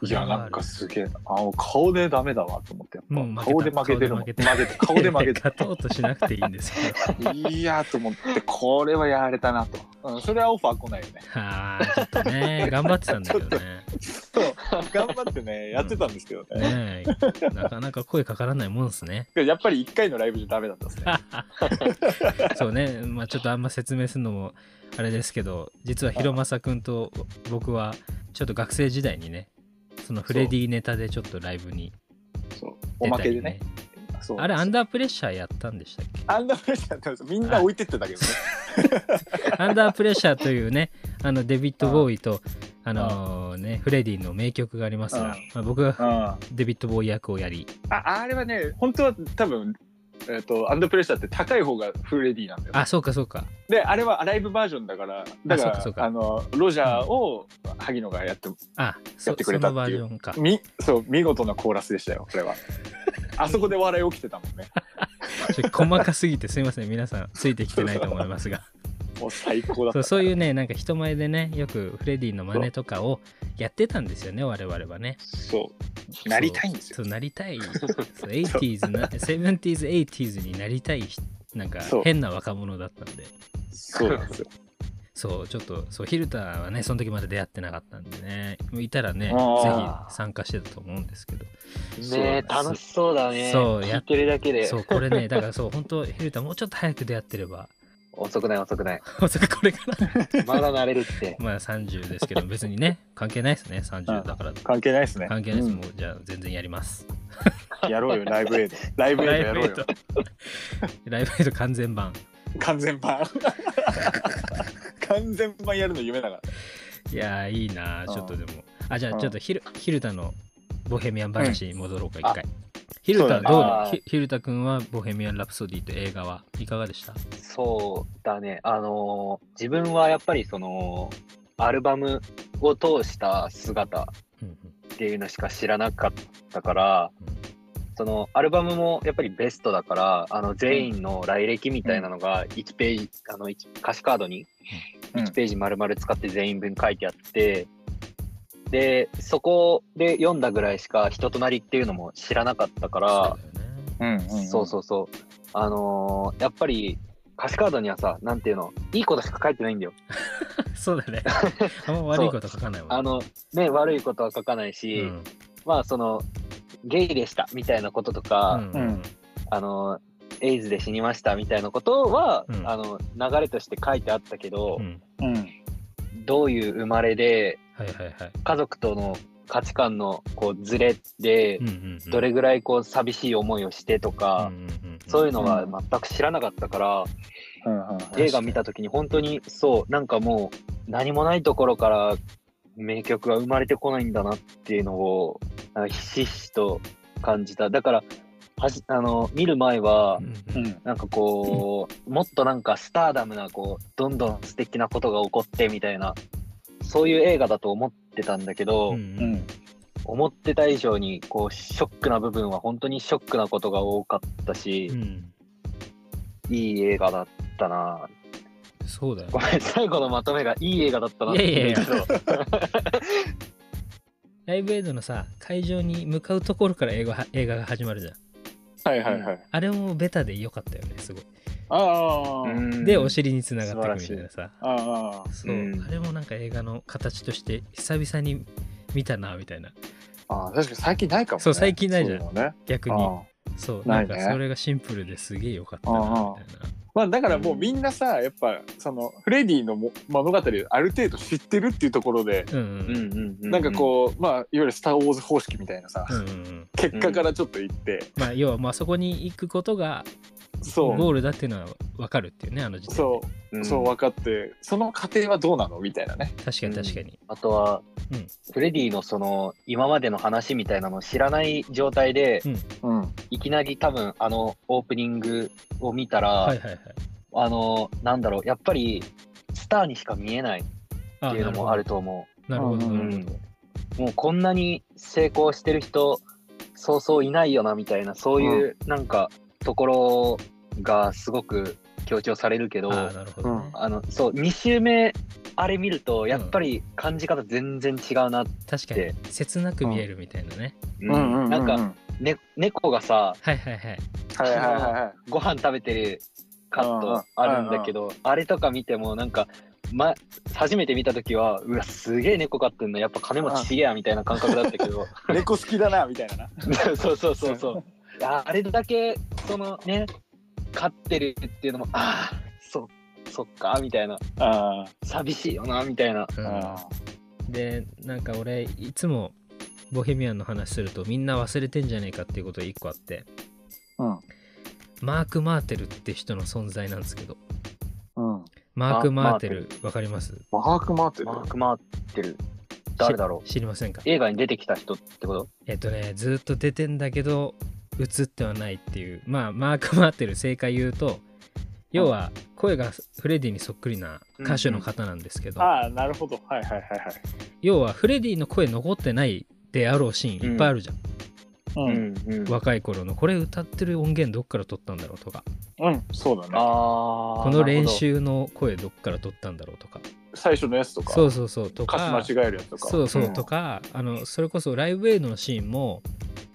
A: そ
C: い
A: れは
C: や
A: ある
C: なんかすげえあもう顔でダメだわと思ってやっぱ、
A: もう負けた
C: 顔で負けてるもん
A: 顔で
C: 負け
A: 負け
C: て
A: た
C: 顔で負け て
A: 勝とうとしなくていいんですけど
C: いやーと思ってこれはやられたなと、うん、それはオファー来ないよね
A: あーちょっとね頑張ってたんだけどね
C: そう頑張ってねやってたんですけどね、
A: ねえなかなか声かからないもんですね
C: やっぱり1回のライブじゃダメだった ですね
A: そうねまあちょっとあんま説明するのもあれですけど実はひろまさくんと僕はちょっと学生時代にねそのフレディネタでちょっとライブに
C: そうお
A: 出
C: ま
A: た
C: けで
A: り
C: ね
A: ね
C: そう
A: あれアンダープレッシャーやったんでしたっけ
C: アンダープレッシャーやったんですよみんな置いてってたけどね
A: アンダープレッシャーというね、あのデビッド・ボーイと、あのね、フレディの名曲があります
C: うん
A: が、まあ、僕が
C: あ
A: デビッド・ボーイ役をやり、
C: ああれはね本当は多分えっとアンダープレッシャーって高い方がフレディなんだよ
A: あ、そうかそうか、
C: であれはアライブバージョンだからだ
A: そう
C: か
A: かそう
C: ら
A: か
C: あのロジャーを萩野がやって
A: あ、
C: や
A: そ
C: ってく
A: そ
C: れた
A: の
C: っ
A: バ
C: て
A: ー
C: い
A: ジ
C: う
A: ョンか。
C: みそう見事なコーラスでしたよこれはあそこで笑い起きてたもんね
A: ちょ細かすぎてすいません、皆さんついてきてないと思いますが。
C: もう最高だ
A: そ
C: った
A: うそういうね、なんか人前でね、よくフレディの真似とかをやってたんですよね、我々はね。
C: そうなりたいんですよ
A: そう、なりた い。そう、80s な、70s、80s になりたい人、なんか
C: そう
A: 変な若者だったんで。
C: そうなんですよ
A: そう、ちょっと、そう、ヒルタはね、その時まで出会ってなかったんでね、もういたらね、ぜ
C: あー
A: ひ参加してたと思うんですけど、
B: ねえ
A: そう
B: 楽しそうだね
A: そう
B: 聞いてるだけで
A: そう、これね、だからそう、本当ヒルタもうちょっと早く出会ってれば、
B: 遅くない遅くない
A: まさかこれから、
B: まだ慣れるって
A: まあ30ですけど、別にね、関係ないですね、30だから。
C: 関係ないですね
A: 関係ないです、
C: うん
A: もう、じゃあ全然やります。
C: やろうよライブエイドライブエイドやろうよ
A: ライブエイド ライブエイド完全版。
C: 完全版完全版やるの夢だから
A: いやー、いいなー、ちょっとでも。あ、じゃ
C: う
A: あ
C: ん
A: ちょっとヒルヒルタのボヘミアン話に戻ろうか、一回。ヒル
C: そうだ
A: タ
C: ね
A: どう
B: あ
A: だ
B: ー
A: ヒヒルタ君はボヘミアン・ラプソディという映画はいかがでした
B: そうだねあのー自分はやっぱりそのアルバムを通した姿
A: うんうん
B: っていうのしか知らなかったから
A: うん
B: そのアルバムもやっぱりベストだからあの全員の来歴みたいなのが1ページ、あの一歌詞カードに
C: うん
B: 1ページ丸々使って全員分書いてあって、で、そこで読んだぐらいしか人となりっていうのも知らなかったから、
A: そうだよね
C: うん
B: そうそうそう。あのーやっぱり、歌詞カードにはさ、なんていうの、いいことしか書いてないんだよ。
A: そうだね。 あんま悪いこと書かないもんね。
B: あの、ね、悪いことは書かないし、
A: うん
B: まあ、その、ゲイでしたみたいなこととか、
A: うんうん
B: あの、エイズで死にましたみたいなことは、
A: うん
B: あの、流れとして書いてあったけど、
A: うん
C: うん。うん。
B: どういう生まれで、
A: はいはいはい。
B: 家族との価値観のこうズレで、
A: うんうんうん
B: どれぐらいこう寂しい思いをしてとか、
A: うんうんうん
B: そういうのは全く知らなかったから、
C: うんうん
A: に
B: 映画見た時に本当にそうなんかもう何もないところから名曲が生まれてこないんだなっていうのをあひしひしと感じただからはじあの見る前は
A: うん
C: う
A: うん
C: ん。
B: なんかこう、もっとなんかスターダムなこうどんどん素敵なことが起こってみたいなそういう映画だと思ってたんだけど、
A: うん
C: う
A: うん
C: ん。
B: 思ってた以上にこうショックな部分は本当にショックなことが多かったし、
A: うん
B: いい映画だったな
A: そうだよね
B: ご。めん最後のまとめがいい映画だったなっ
A: い
B: て
A: やいやいや
B: 言うんだけど
A: ライブエイドのさ、会場に向かうところから映画は映画が始まるじゃん。
C: はいはいはい。
A: あれもベタで良かったよね、すごい。
C: ああ。
B: うん
A: で、お尻につながっていくみたいなさ。
C: ああ。
A: そう、
B: うん
A: あれもなんか映画の形として久々に見たなみたいな
C: ああ、確かに最近ないかもね。
A: そう最近ないじゃん
C: そうだね。
A: 逆
C: あ
A: に
C: あ。
A: そうな
C: なんいね
A: かそれがシンプルですげえ良かったなみたいな
C: まあだからもうみんなさ、やっぱそのフレディのも物語をある程度知ってるっていうところで、
A: うん
B: う
A: うん
B: うんんうんうん
C: なんかこう、まあいわゆる「スター・ウォーズ」方式みたいなさ、
A: うんうんうん
C: 結果からちょっと言って、
A: まあ要はまあそこに行くことが
C: そ
A: ゴ
C: う
A: ールだっていうのは分かるっていうねあの時点
C: そうう、
B: ん
C: そう分かってその過程はどうなのみたいなね。
A: 確かに確かに、
B: あとは、
A: うん
B: フレディのその今までの話みたいなのを知らない状態で、
C: うん、
B: いきなり多分あのオープニングを見たら、
A: はいはいはい
B: あのなんだろうやっぱりスターにしか見えないっ
A: あ
B: ていうのもあると思
A: なるほど
C: うん
A: な
B: うん
A: るほど
B: うもうこんなに成功してる人そうそういないよなみたいなそういうなんかところがすごく強調されるけど、
A: ああなるほどね、
B: あのそう2周目あれ見るとやっぱり感じ方全然違うな、
A: 確かに切なく見えるみたいなね、
B: うんなんか、ね、猫がさ
A: はいはいはい
C: はいはいはいはい
B: ご飯食べてるカッ
C: うんうん
B: トあるんだけど、あれとか見てもなんか、ま、初めて見た時はうわすげえ猫飼ってんのやっぱ金持ちちげえやみたいな感覚だったけ ど
C: 猫好きだなみたいなな。
B: そうそうそうそういやあれだけそのね飼ってるっていうのもああそうそっかみたいな
C: あ
B: 寂しいよなみたいな
A: う
C: ー
A: ん
C: あ
A: でなんか俺いつもボヘミアンの話するとみんな忘れてんじゃねえかっていうことが一個あって
C: ー。
A: マーク・マーテルって人の存在なんですけど
C: うんうん。
A: マーク・
B: あ
A: マーテル
B: マ
A: わかります
C: マークマーテル
B: マーク回ってる誰だろう
A: し知りませんか
B: 映画に出てきた人ってこと
A: えっとねずーっと出てんだけど映ってはないっていうまあマーク・マーテル正解言うと要は声がフレディにそっくりな歌手の方なんですけど、
C: ああなるほどはいはいはい
A: 要はフレディの声残ってないであろうシーンいっぱいあるじゃん、
C: はい。うん、
B: うん
A: 若い頃のこれ歌ってる音源どっから撮ったんだろうとか
C: うん、そうだね。
B: あー
A: この練
B: なる
A: 習の声どっから撮ったんだろうとか
C: 最初のやつとか。
A: そうそうそうとか
C: 歌詞間違えるやつとか。
A: そうそう
B: うん
A: とか、あのそれこそライブエイドのシーンも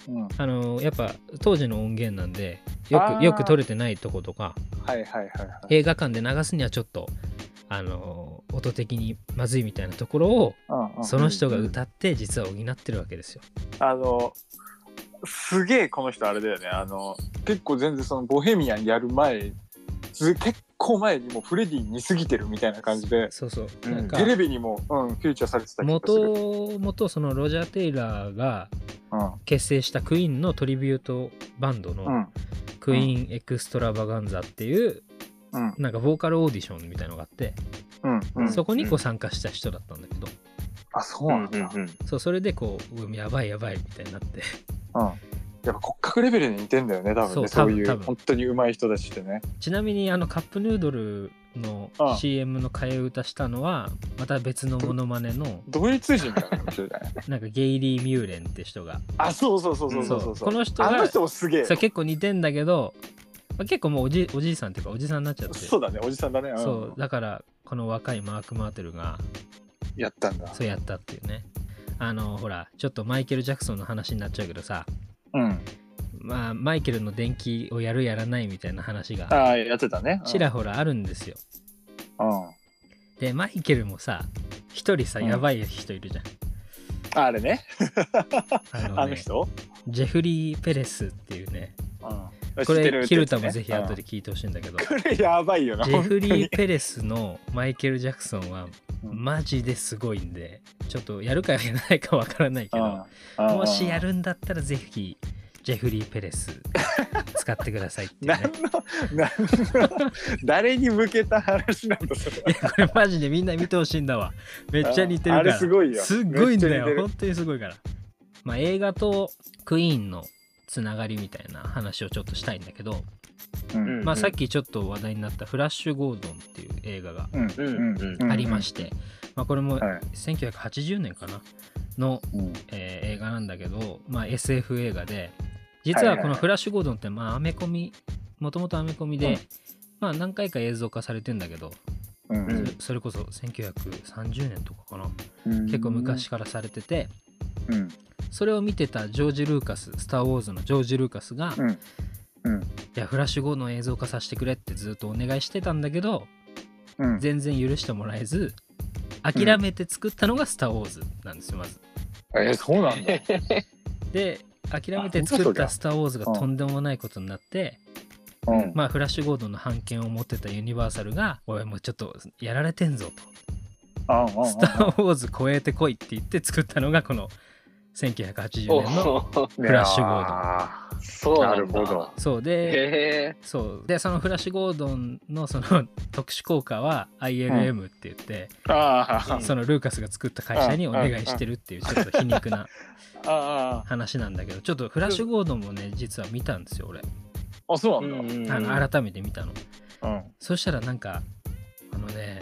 C: うん、
A: あのやっぱ当時の音源なんでよく
C: あー
A: よく撮れてないとことか
C: はいはいはいはい。
A: 映画館で流すにはちょっとあの音的にまずいみたいなところを
C: うんうん
A: その人が歌って実は補ってるわけですよ。
C: あのすげえこの人あれだよねあの結構全然そのボヘミアンやる前ず結構前にもうフレディ似すぎてるみたいな感じで
A: そうそう
B: うん
A: なんか
C: テレビにも、うん、フューチャーされてた気がする。
A: 元々そのロジャー・テイラーが
C: うん
A: 結成したクイーンのトリビュートバンド
C: う
A: の
C: ん
A: クイーン・エクストラバガンザっていう
C: うん
A: なんかボーカルオーディションみたいのがあって
C: うんうん
A: そこにこう参加した人だったんだけど
C: あそ
B: ほ
C: うなん
B: ど
C: だ、
B: うんうんうん
A: そうそれでこううんやばいやばいみたいになって
C: うんやっぱ骨格レベルに似てんだよね多分
A: そ
C: ねそうう
A: 多分
C: い
A: 多
C: う
A: 分
C: 本当に上手い人たちってね
A: ちなみにあのカップヌードルの
C: ああ
A: CM の替え歌したのはまた別のモノマネの
C: ドイツ人みたいな人じゃない
A: なんかゲイリー・ミューレンって人が
C: あそうそうそうそうそう
A: そ
C: そう
A: こ
C: う
A: の人が
C: あの人もすげえ
A: そう結構似てんだけど、まあ、結構もうおじおじいさんっていうかおじさんになっちゃって
C: そうだねおじさんだね、うん
A: そうだからこの若いマーク・マーテルが
C: やったんだ
A: そうやったっていうねあのほらちょっとマイケル・ジャクソンの話になっちゃうけどさ
C: うん。
A: まあマイケルの電気をやるやらないみたいな話が
C: ああ、やってたね。
A: ちらほらあるんですよ
C: うん。うん
A: でマイケルもさ一人さ
C: うん
A: やばい人いるじゃん、
C: ああれね。
A: あのね
C: あの人
A: ジェフリー・ペレスっていうね
C: う
A: こ
C: ん。知っ
A: れ
C: てる
A: キルタもぜひ後で
C: で。
A: 聞いてほしいんだけど、
C: これやばいよな。
A: ジェフ
C: 本当
A: リー・
C: に
A: ペレスのマイケル・ジャクソンは
C: うん
A: マジですごいんでちょっとやるかやらないかわからないけど
C: うんうん
A: もしやるんだったらぜひジェフリー・ペレス使ってください っていう
C: 何
A: ね
C: の何の 誰に向けた話なんだそれ
A: いやこれマジでみんな見てほしいんだわめっちゃ似てるから
C: あれすごいよ
A: すっごいんだ
C: めっちゃ似て
A: よ
C: る
A: 本当にすごいからまあ映画とクイーンのつながりみたいな話をちょっとしたいんだけど、
C: うん
A: まあ、さっきちょっと話題になった「フラッシュ・ゴードン」っていう映画が
C: うん
B: うんうん
A: ありまして、まあ、これも
C: はい
A: 1980年かなの、
C: うん
A: えー映画なんだけど、まあ、SF 映画で実はこの「フラッシュ・ゴードン」ってまあアメコミもともとアメコミで、
C: うん
A: まあ何回か映像化されてんだけど、
C: うん
B: うん
A: それこそ1930年とかかな結構昔からされてて
C: うん
A: それを見てたジョージ・ルーカス「スター・ウォーズ」のジョージ・ルーカスが「
C: うんうん
A: いやフラッシュ・ゴードン映像化させてくれ」ってずっとお願いしてたんだけど
C: うん
A: 全然許してもらえず諦めて作ったのが「スター・ウォーズ」なんですよまず。
C: えそうなんだ
A: で諦めて作った「スター・ウォーズ」がとんでもないことになって、
C: うん
A: まあ、フラッシュ・ゴードンの版権を持ってたユニバーサルが「おいもうちょっとやられてんぞ」
C: あ
A: と「スター・ウォーズ超えてこい」って言って作ったのがこの1980年 の。
B: お
A: フラッシュゴードン
C: ー
B: そうな
C: な
B: んだ
C: るほど
A: そうで
B: へえ
A: そうでそのフラッシュ・ゴードンのその特殊効果は ILM って言って、
C: あー
B: うん
A: そのルーカスが作った会社にお願いしてるっていうちょっと皮肉な
C: あー
A: 話なんだけどちょっとフラッシュ・ゴードンもね実は見たんですよ俺
C: あそう
B: う
C: なんだ
B: ん
A: あの改めて見たの
C: うん
A: そしたらなんかあのね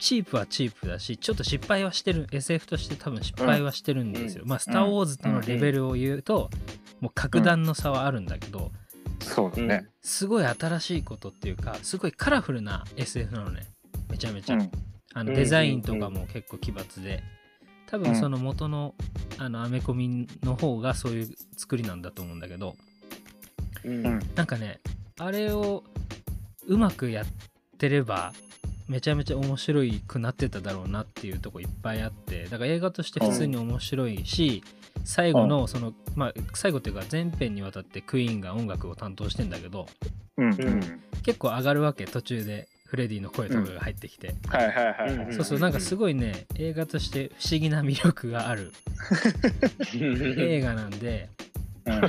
A: チープはチープだしちょっと失敗はしてる SF として多分失敗はしてるんですよ、まあ「スター・ウォーズ」とのレベルを言うと、もう格段の差はあるんだけど、
C: そうだね
A: すごい新しいことっていうかすごいカラフルな SF なのねめちゃめちゃ、
C: うん
A: あ
B: う
A: の
B: ん
A: デザインとかも結構奇抜で多分その元のあのアメコミの方がそういう作りなんだと思うんだけど
B: うん
C: うん
A: なんかねあれをうまくやってればめちゃめちゃ面白くなってただろうなっていうとこいっぱいあってだから映画として普通に面白いし、最後のその、まあ最後っていうか前編にわたってクイーンが音楽を担当してんだけど、
C: うん
B: う
C: うんん
A: 結構上がるわけ途中でフレディの声とかが入ってきて、
C: はいはいは
B: うん
C: い
A: そうそうなんかすごいね映画として不思議な魅力がある映画なんで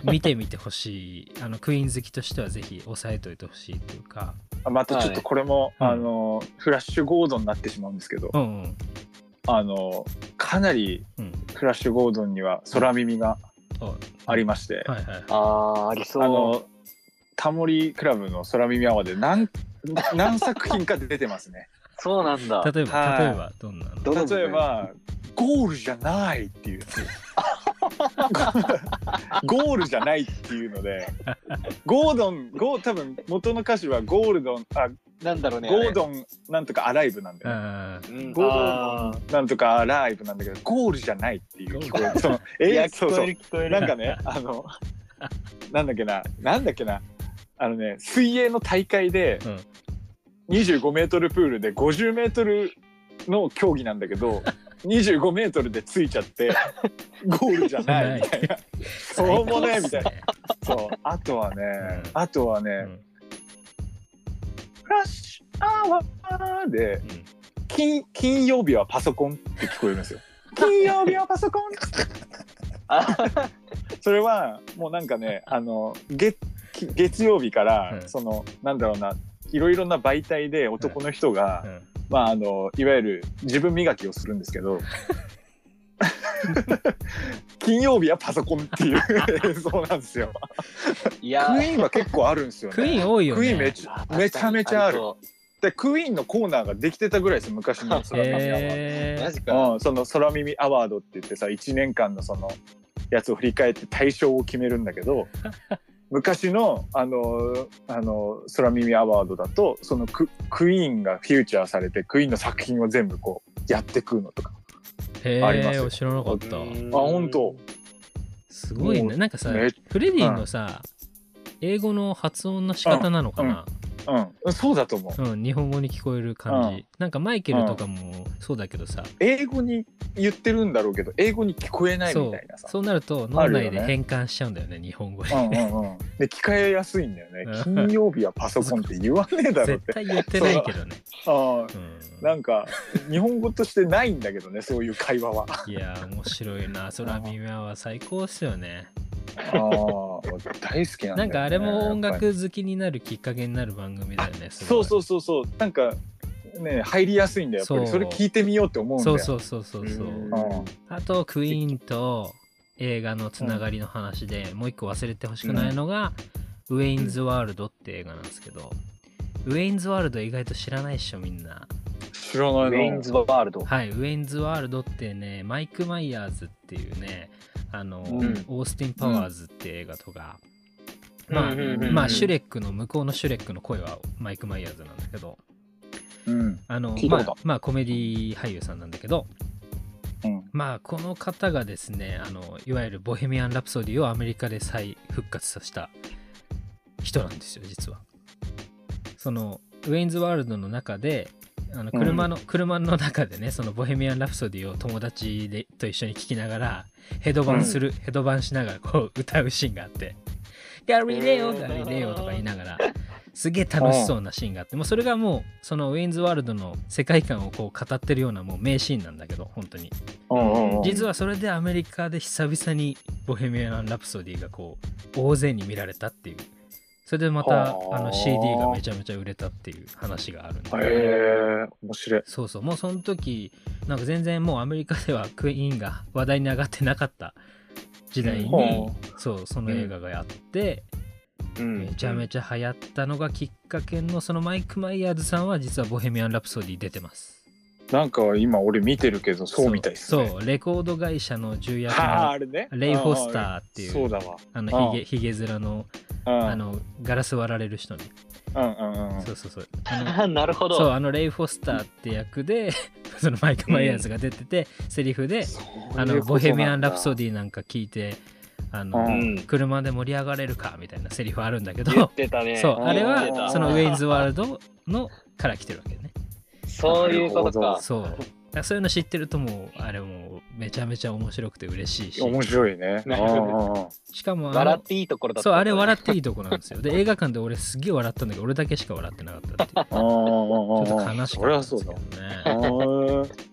C: うん
A: 見てみてほしいあのクイーン好きとしてはぜひ押さえといてほしいというか
C: あまたちょっとこれも
A: はい
C: あのフラッシュゴードンになってしまうんですけど
A: うんうん
C: あのかなり
A: うん
C: フラッシュゴードンには空耳が
A: あ
C: ありまして、
A: はいはい
B: あ ああり
C: あ
B: そう
C: のタモリクラブの空耳アワーで何何作品か出てますね。
B: そうなんだ
A: 例えば、
C: はい
A: 例えばどんなの
B: どの部分
C: 例えば「ゴールじゃない」って いうゴールじゃないっていうのでゴードンゴー多分元の歌詞はゴールドンあ
B: なんだろうねあ
C: ゴ
B: れ
C: ードンなんとかアライブなんだよね、
A: あー
B: うん
C: ゴードン
B: あー
C: なんとかアライブなんだけどゴールじゃないっていう聞こえその
B: いや
C: え
B: 聞
C: そう
B: こ
C: そう
B: える聞こえる
C: なん かね、あの、なんだっけな、なんだっけな、あのね、水泳の大会で
A: うん、
C: 25メートルプールで50メートルの競技なんだけ ど、25メートルでついちゃって、ゴールじゃないみたい な。そうもね、みたいな。
A: 最
C: そう。あとは
A: う
C: ね
A: ん、
C: あと
A: 高
C: は
A: っす
C: ね、
A: ね
C: フラッシュアワーで、金、金曜日はパソコンって聞こえる んですよ。金曜日はパソコン
B: あ
C: それはもうなんかねあの月月曜日から、
A: うん
C: そのなんだろうないろいろな媒体で男の人が、
A: うんうん
C: まああのいわゆる自分磨きをするんですけ ど金曜日はパソコンっていう 映像なんですよ。
B: い
C: クイ
B: や
C: ーンは結構あるんですよね。
A: クイーン多いよね
C: クイーンめちゃめちゃめちゃある。でクイーンのコーナーができてたぐらいです昔の空耳アワーは
A: え
B: マジか
C: うん、その空耳アワードって言ってさ1年間のそのやつを振り返って大賞を決めるんだ けど昔のあのあの空耳アワードだとそのククイーンがフューチャーされてクイーンの作品を全部こうやってくのとか
A: ーへ
C: ありますよ
A: え知らなかった
B: うん
C: あ本当
A: すごい
C: も
A: ね
C: う
A: なんかさ
C: め
A: フレディのさ英語の発音の仕方なのかな、
C: うんそうだと思う
A: うん日本語に聞こえる感じ、
C: うん
A: なんかマイケルとかもそうだけどさ、
C: 英語に言ってるんだろうけど英語に聞こえない
A: そ
C: み
A: う
C: たいなさ
A: そうなると脳内
C: ある
A: で
C: よね
A: 変換しちゃうんだよね日本語に、
C: うんうんうんで聞かえやすいんだよね
A: うん
C: 金曜日はパソコンって言わねえだろうっ
A: 絶
C: て
A: 対言ってないけどね、
C: あ
A: うん
C: あなんか日本語としてないんだけどねそういう会話はあ
A: いやー面白いな空耳は最高っすよね
C: あ大好きなんだよね
A: なんかあれも音
C: やっぱり
A: 楽好きになるきっかけになる番組だよねす
C: そ
A: ご
C: う
A: い
C: そうそうそうなんかね入りやすいんだよやっぱり
A: そ
C: そうれ聞いてみようって思うんだ
A: そ
C: よ
A: うそうそうそうそう
B: うん
C: うん
A: あとクイーンと映画のつながりの話で、もう一個忘れてほしくないのが、ウェインズ・ワールドって映画なんですけど、ウェインズ・ワールド意外と知らないっしょみんな
C: 知らな
B: ウ
C: いな
B: ェインズ・ワールド。
A: はいウェインズ・ワールドってねマイク・マイヤーズっていうねあの、
B: うん
A: オースティン・パワーズって映画とか、まあ、
B: うんうんうん
A: まあシュレックの向こうのシュレックの声はマイク・マイヤーズなんだけど
C: うん
A: あの
C: 聞い
A: ま
C: たこと
A: あ、まあコメディ俳優さんなんだけど
C: うん
A: まあこの方がですねあのいわゆる「ボヘミアン・ラプソディ」をアメリカで再復活させた人なんですよ実は。そのウェインズ・ワールドの中であの車の、車の中でねその「ボヘミアン・ラプソディ」を友達でと一緒に聴きながらヘドバンする、ヘドバンしながらこう歌うシーンがあって「ガリレオガリレオ」とか言いながらすげえ楽しそうなシーンがあってもうそれがもうそのウェインズ・ワールドの世界観をこう語ってるようなもう名シーンなんだけど本当に。
C: うんうん
A: 実はそれでアメリカで久々に「ボヘミアン・ラプソディ」がこう大勢に見られたっていうそれでまた
C: はあ
A: あの CD がめちゃめちゃ売れたっていう話があるん
C: へ
A: で
C: え面白い
A: そうそうもうその時なんか全然もうアメリカではクイーンが話題に上がってなかった時代に
C: ほ
A: そうその映画があってめちゃめ
B: ち
A: ちゃ流行ったのがきっかけのそのマイク・マイヤーズさんは実は「ボヘミアン・ラプソディ」出てます
C: うなんか今俺見てるけどそうみたいっすね
A: そうレコード会社の重役
C: はあ
A: の
C: あれね
A: レイ・フォスターってい
C: そうだわ
A: あのひ
C: う
A: げひげ面の
C: うん
A: あのガラス割られる人ね、
C: うんうんうん
A: そうそうそうあ
B: ゃ。 なる
A: の
B: ほど。
A: そうあのレイ・フォスターって役で そのマイク・マイヤーズが出てて、セリフで「あのボヘミアン・ラプソ
C: デ
A: ディ」なんか聞いてあの、
B: うん
A: 車で盛り上がれるかみたいなセリフあるんだけ
B: 言っ
A: ど、
B: てた ね。
A: そうあれ
B: 言って
A: は
B: た
A: そのウェインズ・ワールドのから来てるわけね
B: そういうこと
C: なるほ
B: か
C: ど。
A: そうだからそういうの知ってるともうあれもうめちゃめちゃ面白くて嬉しいし
C: 面白いね
B: なるほど
C: うんうんうん
A: しかもあ
B: 笑
A: の
B: っていいところだっ
A: そ
B: た。
A: うあれ笑っていいとこなんですよ で映画館で俺すげえ笑ったんだけど俺だけしか笑ってなかったっていう
C: あー
A: ちょっと悲し
C: そり
A: か
C: ゃ
A: ったで
C: そう
A: す
C: だ
A: けどね。
C: あー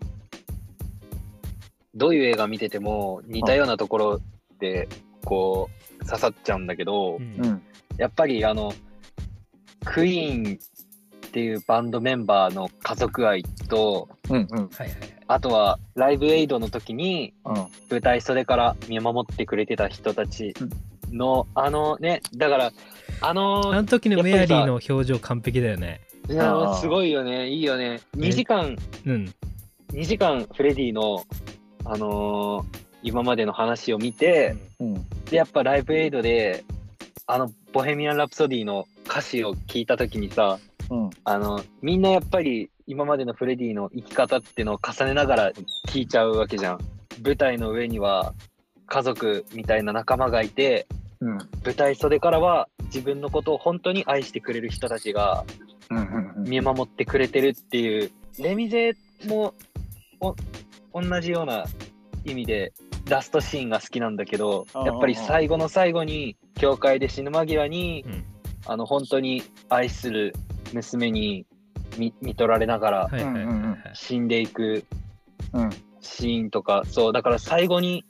B: どういう映画見てても似たようなところってこう刺さっちゃうんだけど、
A: うん
C: うん
B: やっぱりあのクイーンっていうバンドメンバーの家族愛と
C: うんうん
A: はいはいはい
B: あとはライブエイドの時に
C: うん
B: 舞台袖から見守ってくれてた人たちの、あのねだからあ
A: あ
B: の
A: の時のメアリーの表情完璧だよね。
B: いや
C: あー
B: すごいよねいいよね2時間
A: うん。
B: 2時間フレディのあのー今までの話を見て、
C: うん
B: でやっぱライブエイドであの「ボヘミアン・ラプソディ」の歌詞を聞いた時にさ
C: うん
B: あのみんなやっぱり今までのフレディの生き方ってのを重ねながら聞いちゃうわけじゃん舞台の上には家族みたいな仲間がいて
C: うん
B: 舞台袖からは自分のことを本当に愛してくれる人たちが
C: うん
B: 見守ってくれてるっていうレミゼもお同じような意味でラストシーンが好きなんだけど
C: あー
B: やっぱり最後の最後に教会で死ぬ間際に、
A: うん
B: あの本当に愛する娘に見見取られながら
A: はいはいはい
C: うんうんうん
A: はい。
B: 死んでいく
C: うん
B: シーンとか、そうだから最後に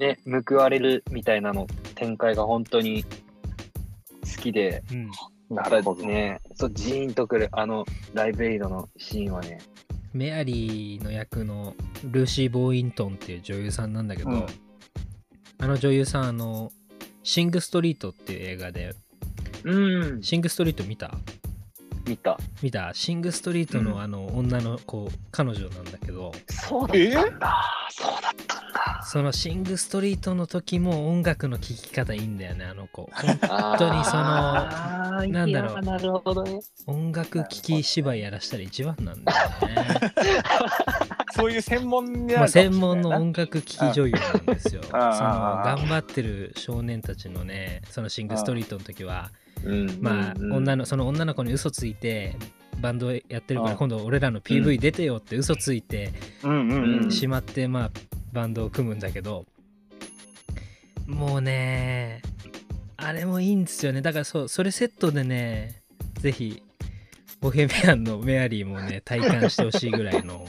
B: ね報われるみたいなの展開が本当に好きで。
A: うん
C: なるほど
B: ね。そう、ジーンとくる、あの、ライブエイドのシーンはね。
A: メアリーの役のルーシー・ボーイントンっていう女優さんなんだけど、
C: うん
A: あの女優さん、あの、シング・ストリートっていう映画で、
B: うん。
A: シング・ストリート見た
B: 見た。
A: 見たシング・ストリート
C: うん
A: のあの女の子、彼女なんだけど、
B: そうだ
C: え
B: ったんだ。そうだったんだ。
A: そのシング・ストリートの時も音楽の聴き方いいんだよね、あの 子。
B: 本
A: 当にそのなん
B: ん
A: だろう
B: なるほどね。
A: 音楽聴き芝居やらしたら一番なんだよね。
C: そういう専門に
A: ま
C: な
A: あ、
C: るかもしれない
A: 専門の
C: な
A: 音楽聴き女優なんです よ。その
C: ああ
A: 頑張ってる少年たちのね、そのシングストリートの時は、
B: うん
A: まあ、
B: うん
A: 女のその女の子に嘘ついて、バンドやってるか
C: あ
A: ら
C: あ
A: 今度俺らの
C: う
A: PV 出てよって嘘ついて
C: うんうんうん
A: しまって、まあバンドを組むんだけどもうねあれもいいんですよねだからそうそれセットでねぜひボヘミアンのメアリーも ね体感してほしいぐらいの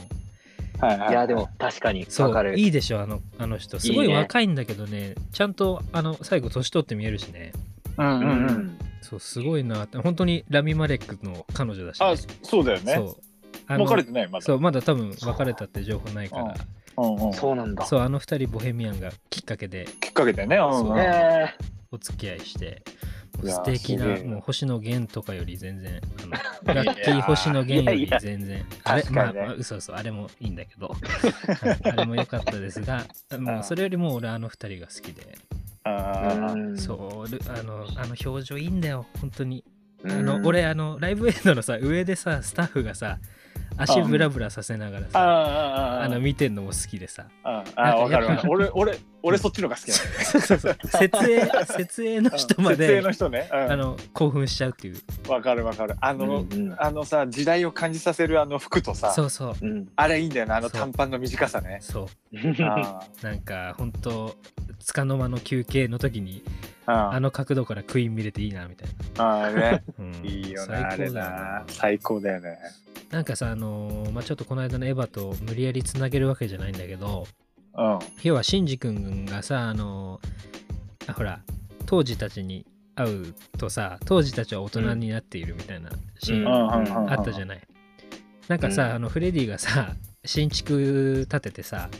C: はいはい
B: いやでも確かにわか
A: そう
B: る
A: いいでしょあのあの人すご
B: い
A: い
B: いね
A: 若いんだけどねちゃんとあの最後年取って見えるしね
C: うん
B: う
C: うんん
B: う
C: うん
B: ん
A: そうすごいなって本当にラミマレックの彼女だし、ね、
C: あそうだよね
A: そうあの
C: 別れてないまだ
A: そうまだ多分別れたって情報ないから
C: うんうん
B: そうなんだ
A: そうあの二人ボヘミアンがきっかけで
C: きっかけだよねうん
A: そう
C: うん
B: え
A: お付き合いしてもう
C: いや
A: 素
C: ー
A: 敵な
C: すげえな
A: もう星野源とかより全然あの
C: いや
A: ラ
C: ー
A: ッキー星野源よ
B: い
A: り
B: やいや
A: 全然あれ
C: 確
A: ま
C: か
A: あ
C: にね
A: まあ嘘嘘あれもいいんだけ どはいあれも良かったですがもうそれよりも俺あの二人が好きで
C: あー
B: ー
A: そうルあのあの表情いいんだよ本当に
B: うん
A: あの俺あのライブエイドのさ上でさスタッフがさ足ブラブラさせながら
C: あー
A: さ
C: あーあ
A: あ
C: ー
A: の見てんのも好きでさ
C: あーあーわかるわかる俺俺俺そっちのが好きなの
A: そうそうそう設 営設営の人ま
C: 設
A: で
C: 営の人ねうん
A: あの興奮しちゃうっていう
C: わかるわかるあ
B: うん
C: の
B: うん
C: あのさ時代を感じさせるあの服とさ
A: そうそう
B: うん
C: あれいいんだよなあの
A: そう
C: 短パンの短さね
A: そう
C: あ
A: なんか本当つかの間の休憩の時に
C: あ
A: あの角度からクイーン見れていいなみたいな、
C: ああ ね
A: うん
C: いいよなあ
A: 最
C: れ
A: 高だよ
C: な
A: な
C: 最高だよね
A: なんかさあのーまあ、ちょっとこの間のエヴァと無理やりつなげるわけじゃないんだけど
C: うん
A: 要はシンジ君がさあのーあほら当時たちに会うとさ当時たちは大人になっているみたいなシーン
B: うん
A: あったじゃ
C: ん。
A: ない、なんか
B: うん
A: さあのフレディがさ新築建ててさ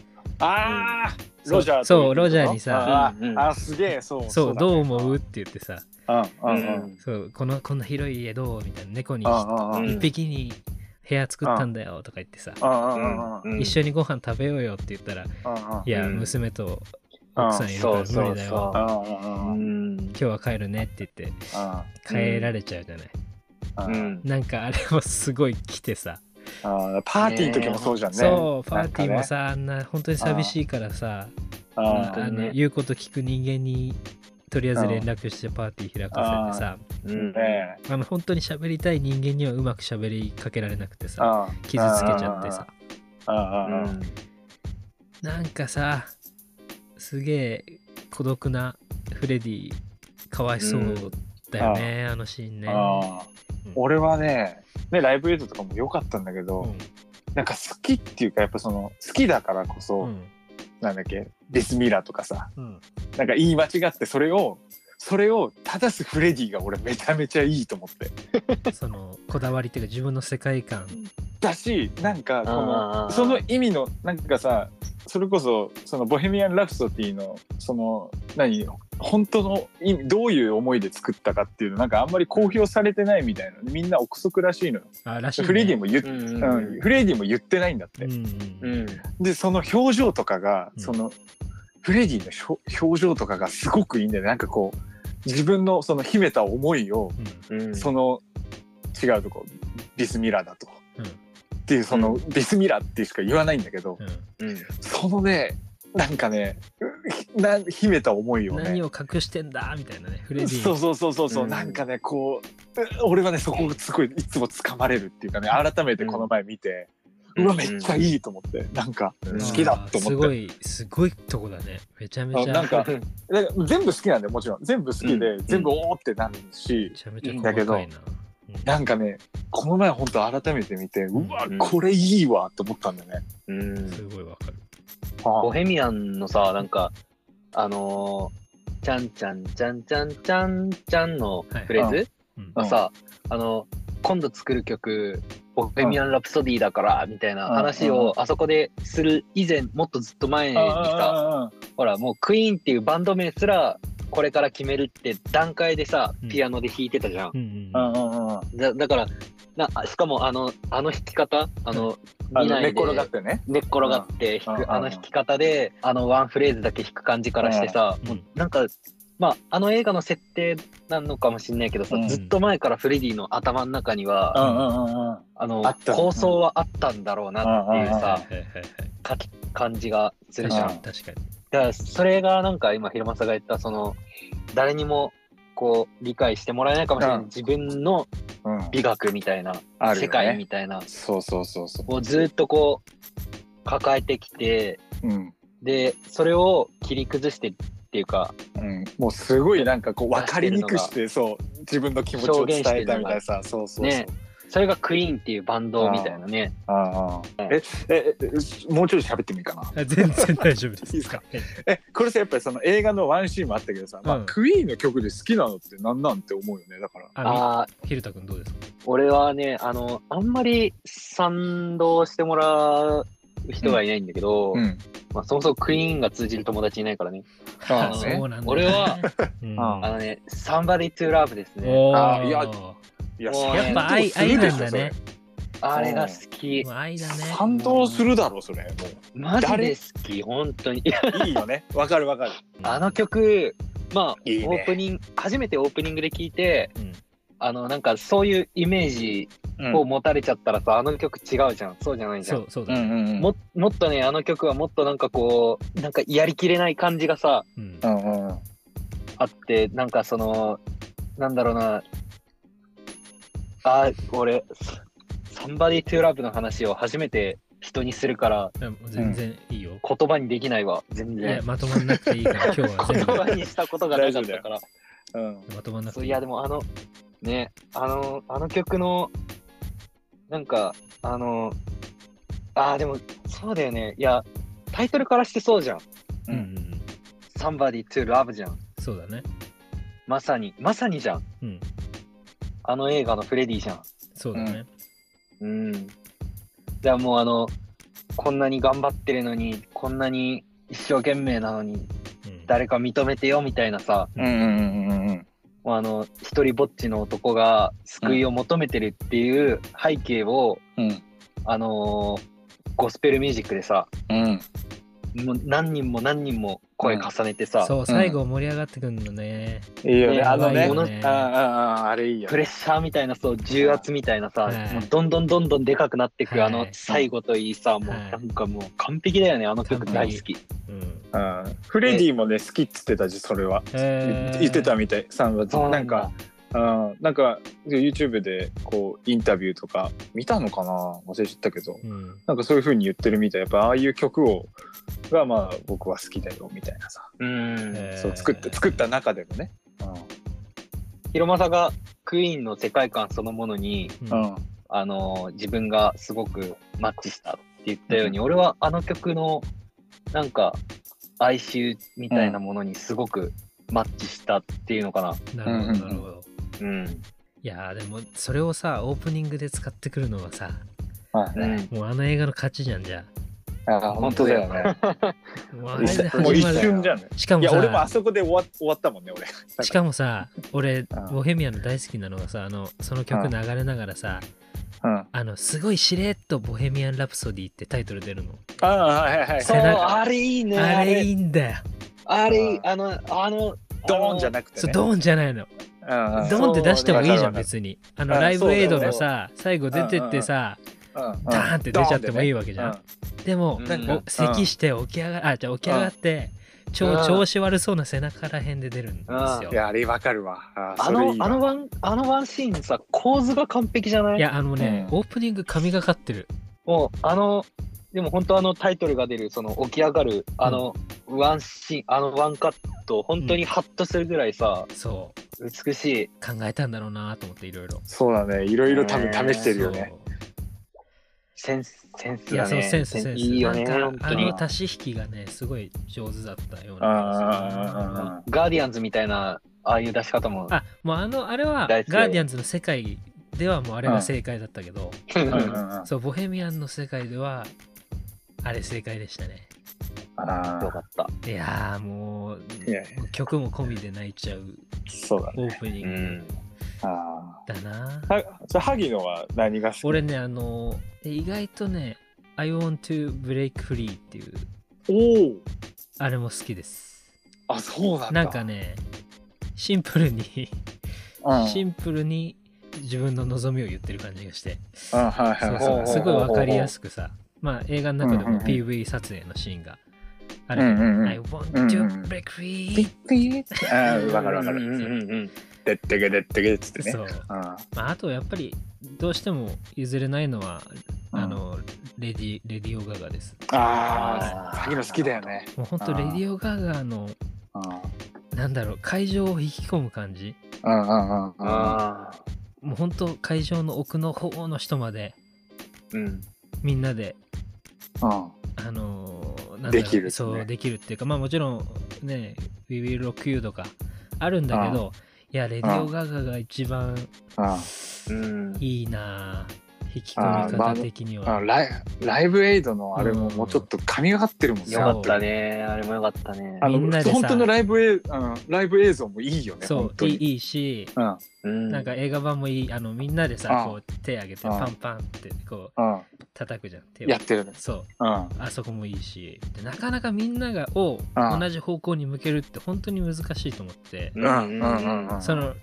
C: ああ、
A: そう
C: ロジャーと
A: そうロジャーに
B: さ
C: あーあー、すげえ、そう。
A: そうどう思うっ
C: う
A: て言ってさ
C: だねうんうんう
B: うん
C: ん。
A: そうこのこんな広い家どうみたいな猫に
C: うんうんうん
B: うん
A: 一匹に部屋作ったんだよとか言ってさ、
C: うんうんうん
B: うん
A: 一緒にご飯食べようよって言ったら、
C: うん
A: いや、
B: うん
A: 娘と奥さんいるか
B: そう
A: ら
B: そ
A: 無理
B: う
A: だよ、
B: そう
C: うんうんう
B: う
C: ん
B: ん
A: 今日は帰るねって言って帰られちゃうじゃない、
B: う
C: うん
B: ん
A: なんかあれもすごい来てさ、
C: あーパーティーの時もそうじゃんね。
A: そうパ
C: な
A: ー
C: ん
A: テ
C: か
A: ィ
C: ね
A: ーもさあんな本当に寂しいからさ
C: あ
A: あ
C: ー
B: 本当にね
A: の言うこと聞く人間にとりあえず連絡してパーティー開かせてさ
B: うん
C: ね
A: あの本当に喋りたい人間にはうまく喋りかけられなくてさ
C: あー
A: 傷つけちゃってさ。
C: あ
B: う
C: ーあー
B: ん
A: なんかさすげえ孤独なフレディかわいそうだよね、あのシーンね。
C: あー
A: うん
C: 俺はね、ねライブ映像とかも良かったんだけ
A: う
C: ど
A: ん、
C: なんか好きっていうかやっぱその好きだからこ
A: う
C: そ
A: ん
C: なんだっけデスミラーとかさ、
A: うん
C: なんか言い間違ってそれをそれを正すフレディが俺めちゃめちゃいいと思って
A: そのこだわりっていうか自分の世界観
C: だしなんかこ
B: あ
C: の
B: ー
C: その意味のなんかさそれこそその「ボヘミアン・ラプソディの」その何本当の意味どういう思いで作ったかっていうのなんかあんまり公表されてないみたいなみんな憶測らしいのよ、
A: あらしい、ね。
C: フレディも言っ、
B: う
C: うんんフレディも言ってないんだって、
A: うんう
B: うんん
C: でその表情とかが、
A: うん
C: そのフレディのしょ表情とかがすごくいいんだよねなんかこう自分のその秘めた思いを
A: うん
B: うん
C: その違うとこビスミラだと。
A: うん
C: っていうそのビスミラってしか言わないんだけど、
A: うん
B: うん
C: そのねなんかねうな秘めた思いを
A: 何
C: ね
A: を隠してんだみたいなねフレディ
C: そうそうそうそうそう、
B: うん
C: なんかねこうう俺はねそこをすごいいつも掴まれるっていうかね改めてこの前見て、うわめっちゃいいと思ってなんか
B: う
A: うんん
C: 好きだと思って
A: すごいすごいとこだねめちゃめちゃ
C: あなんかだから全部好きなんだよもちろん全部好きで、
B: うん
C: 全部おーってなるし
A: め、ちゃめちゃ細
C: だけど
A: かいな。うん
C: なんかねこの前本当改めて見てうわ
B: うん
C: これいいわと思ったんだよね。
B: うん
A: すごいわかる。
C: あ
B: ボヘミアンのさなんかあのーちゃんちゃんちゃんちゃんちゃんちゃんのフレーズ
A: うん
B: がさあの今度作る曲ボヘミアン・ラプソディだからみたいな話をあそこでする以前もっとずっと前にさ
C: あ
B: ほらもうクイーンっていうバンド名すらこれから決めるって段階でさ
A: うん
B: ピアノで弾いてたじゃん
A: う。ん
C: ああああ
B: だだからなあしかもあのあの弾き方あの
C: あ
B: 見
C: の
B: ない
C: 寝
B: で
C: 転がってね。
B: 寝っ転がって弾
C: うん
B: くあの弾き方であのワンフレーズだけ弾く感じからしてさ
A: うん
B: もうなんかまあ、あの映画の設定なのかもしれないけどさ、
C: うん
B: ずっと前からフレディの頭の中には、
C: うんうんうんうん
B: あの
C: あった
B: 構想はあったんだろうなっていうさ、
A: はいはいはいはい
B: かき感じがするじゃん。
C: うん
A: 確かに
B: だからそれがなんか今平正が言ったその誰にもこう理解してもらえないかもしれない、
C: うん
B: 自分の
C: うん
B: 美学みたいな、
C: あるよね
B: 世界みたいな
C: そうそうそうそ
B: をずっとこう抱えてきて
C: ううん
B: でそれを切り崩してっていうか
C: うん、もうすごいなんかこう分かりにくくしてそう自分の気持ちを伝えたみたいなさそうそうそう、
B: ねそれがクイーンっていうバンドみたいなね
C: ああえええもうちょい喋ってもいいかな
A: あ全然大丈夫です
C: いいですか
A: はい
C: えこれさやっぱりその映画のワンシーンもあったけどさ、まあ
A: うん
C: クイーンの曲で好きなのってなんなんて思うよねだから
A: あ
B: ああ
A: みひるたくんどうですか
B: 俺はねあのあんまり賛同してもらう人がいないんだけど、
C: うん
B: まあ、そもそもクイーンが通じる友達いないからね
C: あ
B: あ
C: あ
B: の
C: ね
A: そうなんだ
B: 俺は、
A: うん
C: あ
B: あのね「Somebody to Love」ですね
A: お
C: あ
A: ー
C: いやい
B: もう
C: そんな
B: やっぱ
C: こと
A: 愛
C: するでし
A: 愛な
C: ょ
A: んだね
B: あれが好き
A: もう愛だ
C: それ
A: ね
C: 感動するだろそれも
B: マジで好き本当にいや
C: ういいよねわかるわかる
B: あの曲まあ
C: いいね
B: オープニング初めてオープニングで聞いて
A: うん
B: あのなんかそういうイメージ
C: うん
B: を持たれちゃったらさ、あの曲違うじゃんそうじゃないじ
A: そ
B: ゃん
A: うそう
C: う
A: だね
C: んうんうん
B: ももっとねあの曲はもっとなんかこうなんかやりきれない感じがさ
A: うん
C: うんうんうん
B: あってなんかそのなんだろうなあ俺「Somebody to Love」の話を初めて人にするから
A: いやもう全然いいよ
B: 言葉にできないわ全
A: いや
B: 然
A: まとまんなくていいから今日は全
B: 言 葉にしたことがなかったから
C: うん
A: 部まとまんなく
B: そう
A: てい
B: い
A: い
B: やでもあのねあのあの曲のなんかあのあーでもそうだよねいやタイトルからしてそうじゃん
A: うんうんうん
B: 「Somebody to Love」じゃん
A: そうだね
B: まさにまさにじゃん
A: うん
B: あの映画のフレディじゃん
A: そうだね
B: うんじゃあもうあのこんなに頑張ってるのにこんなに一生懸命なのに
A: うん
B: 誰か認めてよみたいなさ
C: うんうんうんうん
B: もうあの一人ぼっちの男が救いを求めてるっていう背景を、
C: うん
B: あのーゴスペルミュージックでさ
C: うん
B: もう何人も何人も声重ねてさ、
A: そう最後盛り上がってくんのね
C: いいよね
B: ね
C: あのね
B: うまい
A: ね
B: よ
C: あああああれいいよ
B: プレッシャーみたいなそう重圧みたいなさ、
A: はい
B: もうどんどんどんどんでかくなって
A: は
B: く、
A: い
B: あの最後といいさ、もう
A: はい
B: なんかもう完璧だよねあの曲
A: 完
B: 大
A: 璧
B: 好き
A: うん
C: うんフレディもね好きっつってたしそれは
A: えー
C: 言ってたみたいさんは
B: そう
C: な
B: なんんだ
C: かうんなんか YouTube でこうインタビューとか見たのかな忘れちゃったけど
A: うん
C: なんかそういう風に言ってるみたいやっぱああいう曲をがまあ僕は好きだよみたいなさ
B: うん
A: えー
C: そう作って作った中でもね
B: 広政がクイーンの世界観そのものに、
A: う
C: うんん
B: あのー自分がすごくマッチしたって言ったように、俺はあの曲のなんか哀愁みたいなものにすごくマッチしたっていうのかな
A: なるほど
C: うんうんう
A: な
C: ん
A: るほど
B: うん、
A: いやーでもそれをさオープニングで使ってくるのはさ
C: まあ
B: う
C: ね
B: ん
A: もうあの映画の勝ちじゃんじゃ
C: あ本当だよね
A: あもうあれで
C: もう
A: 始
C: 一
A: まる
C: 瞬じゃんね
A: しか
C: い
A: も
C: や俺もあ
A: さ
C: そこで終わ終わったもんね俺
A: しかもさ俺
C: ん
A: ボヘミアンの大好きなのがさあのその曲流れながらさ
C: うんあ
A: あのすごいしれっと「ボヘミアン・ラプソディ」ってタイトル出るの
C: あはいはいはい
B: そう
A: 背中
B: あれいいね
A: あ
B: あ
A: れ
B: れ
A: いいんだよ
B: あ
C: う
B: れ
C: ん
B: あのあの
C: ドーンじゃ
B: な
C: なくて
A: そう
C: ね
A: ドーンじゃないの
C: うんうん
A: ドーンって出してもいいじ
C: そう
A: ゃ
C: わ
A: ん
C: かるわかる
A: 別にあの
C: うん
A: ライブエイドの
C: そうだ
A: さ最後出てってさ
C: うんうん
A: ダーンって出ちゃってもいいわけじゃん
C: ドーンでね
A: でも
B: うん
A: なん
B: う
A: か
B: ん
A: 咳して起き上があじゃあ起き上がって
B: う
A: 超
B: ん
A: 調子悪そうな背中らへんで出るんです
C: う
A: よ
C: んいやあれわかるわあー
B: あ
C: それい
B: の
C: いわ
B: あのワンあのワンシーンさ構図が完璧じゃない
A: いやあのね、
C: うん
A: オープニング神がかってる
B: もうあのでも本当あのタイトルが出るその起き上がるあのワンシーンあのワンカット本当にハッとするぐらいさ、
A: そう
B: 美しい
A: 考えたんだろうなと思っていろいろ
C: そうだねいろいろ多分試してるよね
B: センスセンス
A: いや
B: だね
A: そのセンスセンス
B: いいよね
A: な
B: 本
A: んか
B: 当
A: あ
B: に
A: の足し引きがねすごい上手だったような
C: ああ
B: ガーディアンズみたいなああいう出し方も
A: ああもうあのあれはガー
B: 大好きだよ
A: ディアンズの世界ではもうあれが正解だったけど、
C: うんうんうんうん
A: そうボヘミアンの世界ではあれ正解でしたね
C: あ
B: よか
C: あ
B: った
A: いやーもう
C: いやい
A: もう曲も込みで泣いちゃう
C: そうだね
A: オープニ
B: う
A: ング
B: ん
C: あ
A: だな、
C: あはそれ萩野は何が好き
A: 俺ねあので意外とね「I want to break free」っていう
C: おお
A: あれも好きです
C: あそうなんだ
A: なんかねシンプルに
C: うん
A: シンプルに自分の望みを言ってる感じがして
C: あはい
A: そ
C: は
A: う
C: い
A: そ
C: は
A: う
C: い
A: すごいわかりやすくさまあ映画の中で
C: うんう
A: も
C: んうん
A: PV 撮影のシーンがあ
C: うん
A: る
C: う
A: けど
C: んうん
A: I want
C: うんう
A: to
C: ん
A: break
C: ピ
A: free
C: ッピーあわかるわか
B: う
C: る
B: んうんうん
C: でってけでってけっつってね
A: そう
C: あ
A: まああとやっぱりどうしても譲れないのは
C: うん
A: あのレディレディオガガです
C: あーそういうの好きだよね
A: もうほんと
C: あー
A: レディオガガの
C: うん
A: なんだろう会場を引き込む感じ
C: うんうんうんうん
B: ああ
A: もうほんと会場の奥の方の人まで
B: うん
A: みんなで
C: うん
A: あのーなんだろう
C: できるってね
A: そうできるっていうかまあもちろんね「We Will Rock You」とかあるんだけどいやレディオガガが一番
C: うん
B: うん
A: いいなあ引き込み方的に
C: あ
A: は、
C: ライライブエイドのあれももうちょっと神がかってるもんね。
B: よかったねあれもよかったね
C: あの
A: みんなでさ
C: 本当のライブエイ、うん、ライブ映像もいいよね。
A: そ
C: 本
A: う
C: 当
A: い
C: に
A: いいいし、
C: うん
B: うん
A: なんか映画版もいいあのみんなでさ
C: あ
A: こう手挙げて
C: あ
A: パンパンってこう
C: うん
A: 叩くじゃん手を
C: やってるね。
A: そう
C: うん
A: あそこもいいしでなかなかみんながを
C: あ
A: 同じ方向に向けるって本当に難しいと思って
B: う
C: うんうんうんうん。
A: その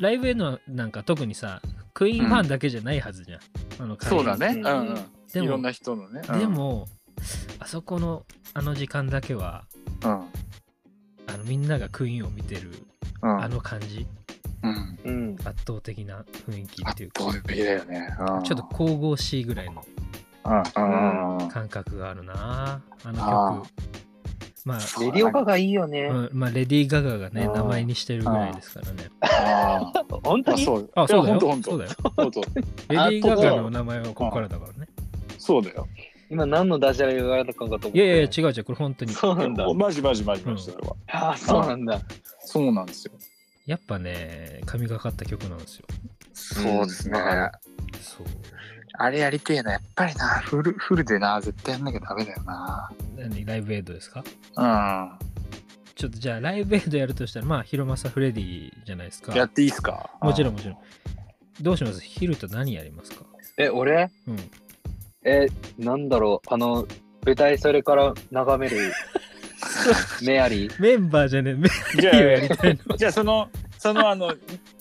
A: ライブへのなんか特にさクイーンファンだけじゃないはずじゃん、あの会
C: そうだね。
B: う
C: うんんうん。
A: で
C: いろん
A: も
C: な人のね。うん
A: で、もあそこのあの時間だけは
C: うんうん
A: あのみんながクイーンを見てる、あの感じ
C: うん。
B: うん
A: 圧倒的な雰囲気ってい
C: 圧
A: うか
C: 倒的だよね。うん
A: ちょっと神々しいぐらいの
C: うんうんうん。
A: 感覚があるなあ
C: あ
A: の曲まあ
C: そ
B: レディオガがいいよね
A: うんまあ、レディー・ガガがね
B: あー
A: 名前にしてるぐらいですからね
C: あー
B: 本当
C: あ
B: に
C: そう。
A: あそうだ
C: 本
A: よ
C: 当本 当。
A: そうだよ
C: 本当
A: レディー・ガガの名前はこ
C: あ
A: こからだからね
C: そうだよ。
B: 今何のダジャレがあるのかと思って
A: いやいやいや違う違うこれ本当に
B: そうなんだ
C: マジマジマジマジそれは。
B: ああそうなんだ
C: そうなんですよ。
A: やっぱね神がかった曲なんですよ
C: そうですね。
A: そう
C: あれやりてえな、やっぱりな、フル、フルでな、絶対やんなきゃダメだよな。
A: 何ライブエイドですか
C: う
A: ちょっとじゃあライブエイドやるとしたらまあヒロマサフレディじゃないですか
C: ん。やっていいっすか
A: もちろん
C: う
A: もちろんどうしますヒルと何やりますか
B: え俺
A: うん
B: えなんだろうあの舞台それから眺め るメアリー
A: メンバーじゃねえメ
C: んじ
A: デ
C: ゃ
A: ィーをやりたいの
C: あ、じゃあその、その、あの、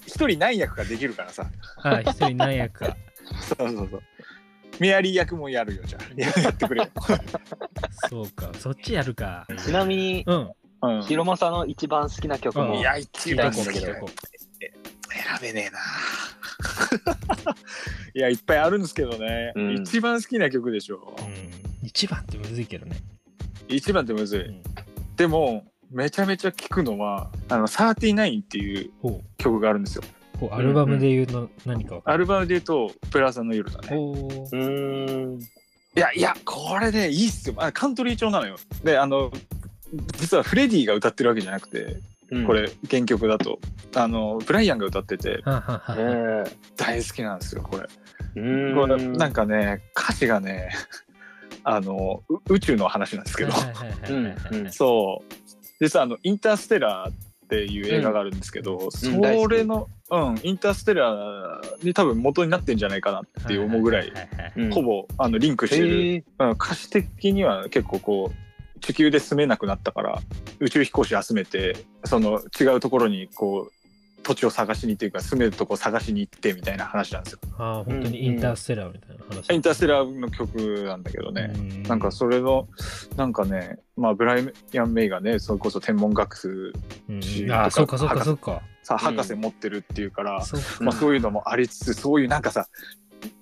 C: 一人何役かできるからさ。
A: あ一人何役か
C: そうそうそう。メアリー役もやるよ、じゃあ。やってくれよ。
A: そうかそっちやるか
B: ちなみに
A: うん
C: うん。
B: ヒロマサの一番好きな曲
A: うん
B: も
C: いや、一
A: 聞いと
C: 番
A: こう
C: 好き
A: 聞い
C: だ
A: と
C: よ
A: こ。
C: 選べねえな。いや、いっぱいあるんですけどね。
B: うん
C: 一番好きな曲でしょ
A: う、うん一番ってむずいけどね
C: 一番ってむずい。
A: うん
C: でも、めちゃめちゃ聴くのは、あの、39っていう
A: ほ
C: 曲があるんですよ。
A: うこうアルバムで言うの何かわ
C: ア
A: かる
C: ルバムで言うと、プラザの夜だね。
A: お
B: うーん
C: いやいや、これね、いいっすよ。あカントリー調なのよ。で、あの、実はフレディが歌ってるわけじゃなくて、
B: うん
C: これ、原曲だと。あの、ブライアンが歌ってて、
A: はんはんは
B: え
A: んはん
B: ー
C: 大好きなんですよ、これ。
B: う
C: これ
B: ーん
C: なんかね、歌詞がね、 あの、う宇宙の話なんですけど、
A: はいはいはいはいはい
B: うんうん
C: そう。実はあの、インターステラーっていう映画があるんですけど、
B: 大好
C: そ
B: き
C: れの、うん、インターステラーに多分元になってんじゃないかなって思うぐらい、
A: ははは
B: うん
C: ほぼ、あの、リンクしてる
B: えー
C: うん歌詞的には結構こう地球で住めなくなったから宇宙飛行士集めてその違うところにこう土地を探しにというか住めるとこ探しに行ってみたいな話なんですよ。
A: ああ本当にインターステラーみたいな話
C: インターステラーの曲なんだけどね、
A: ね
C: なんかそれのなんかね、まあ、ブライアン・メイがねそれこそ天文学数
A: うん
C: し
A: ああそ
C: と
A: うか
C: か
A: そうかそうか
C: さ
B: うん
C: 博士持ってるっていうから、
A: そう
C: ま
A: か
C: あ、そういうのもありつつそういうなんかさ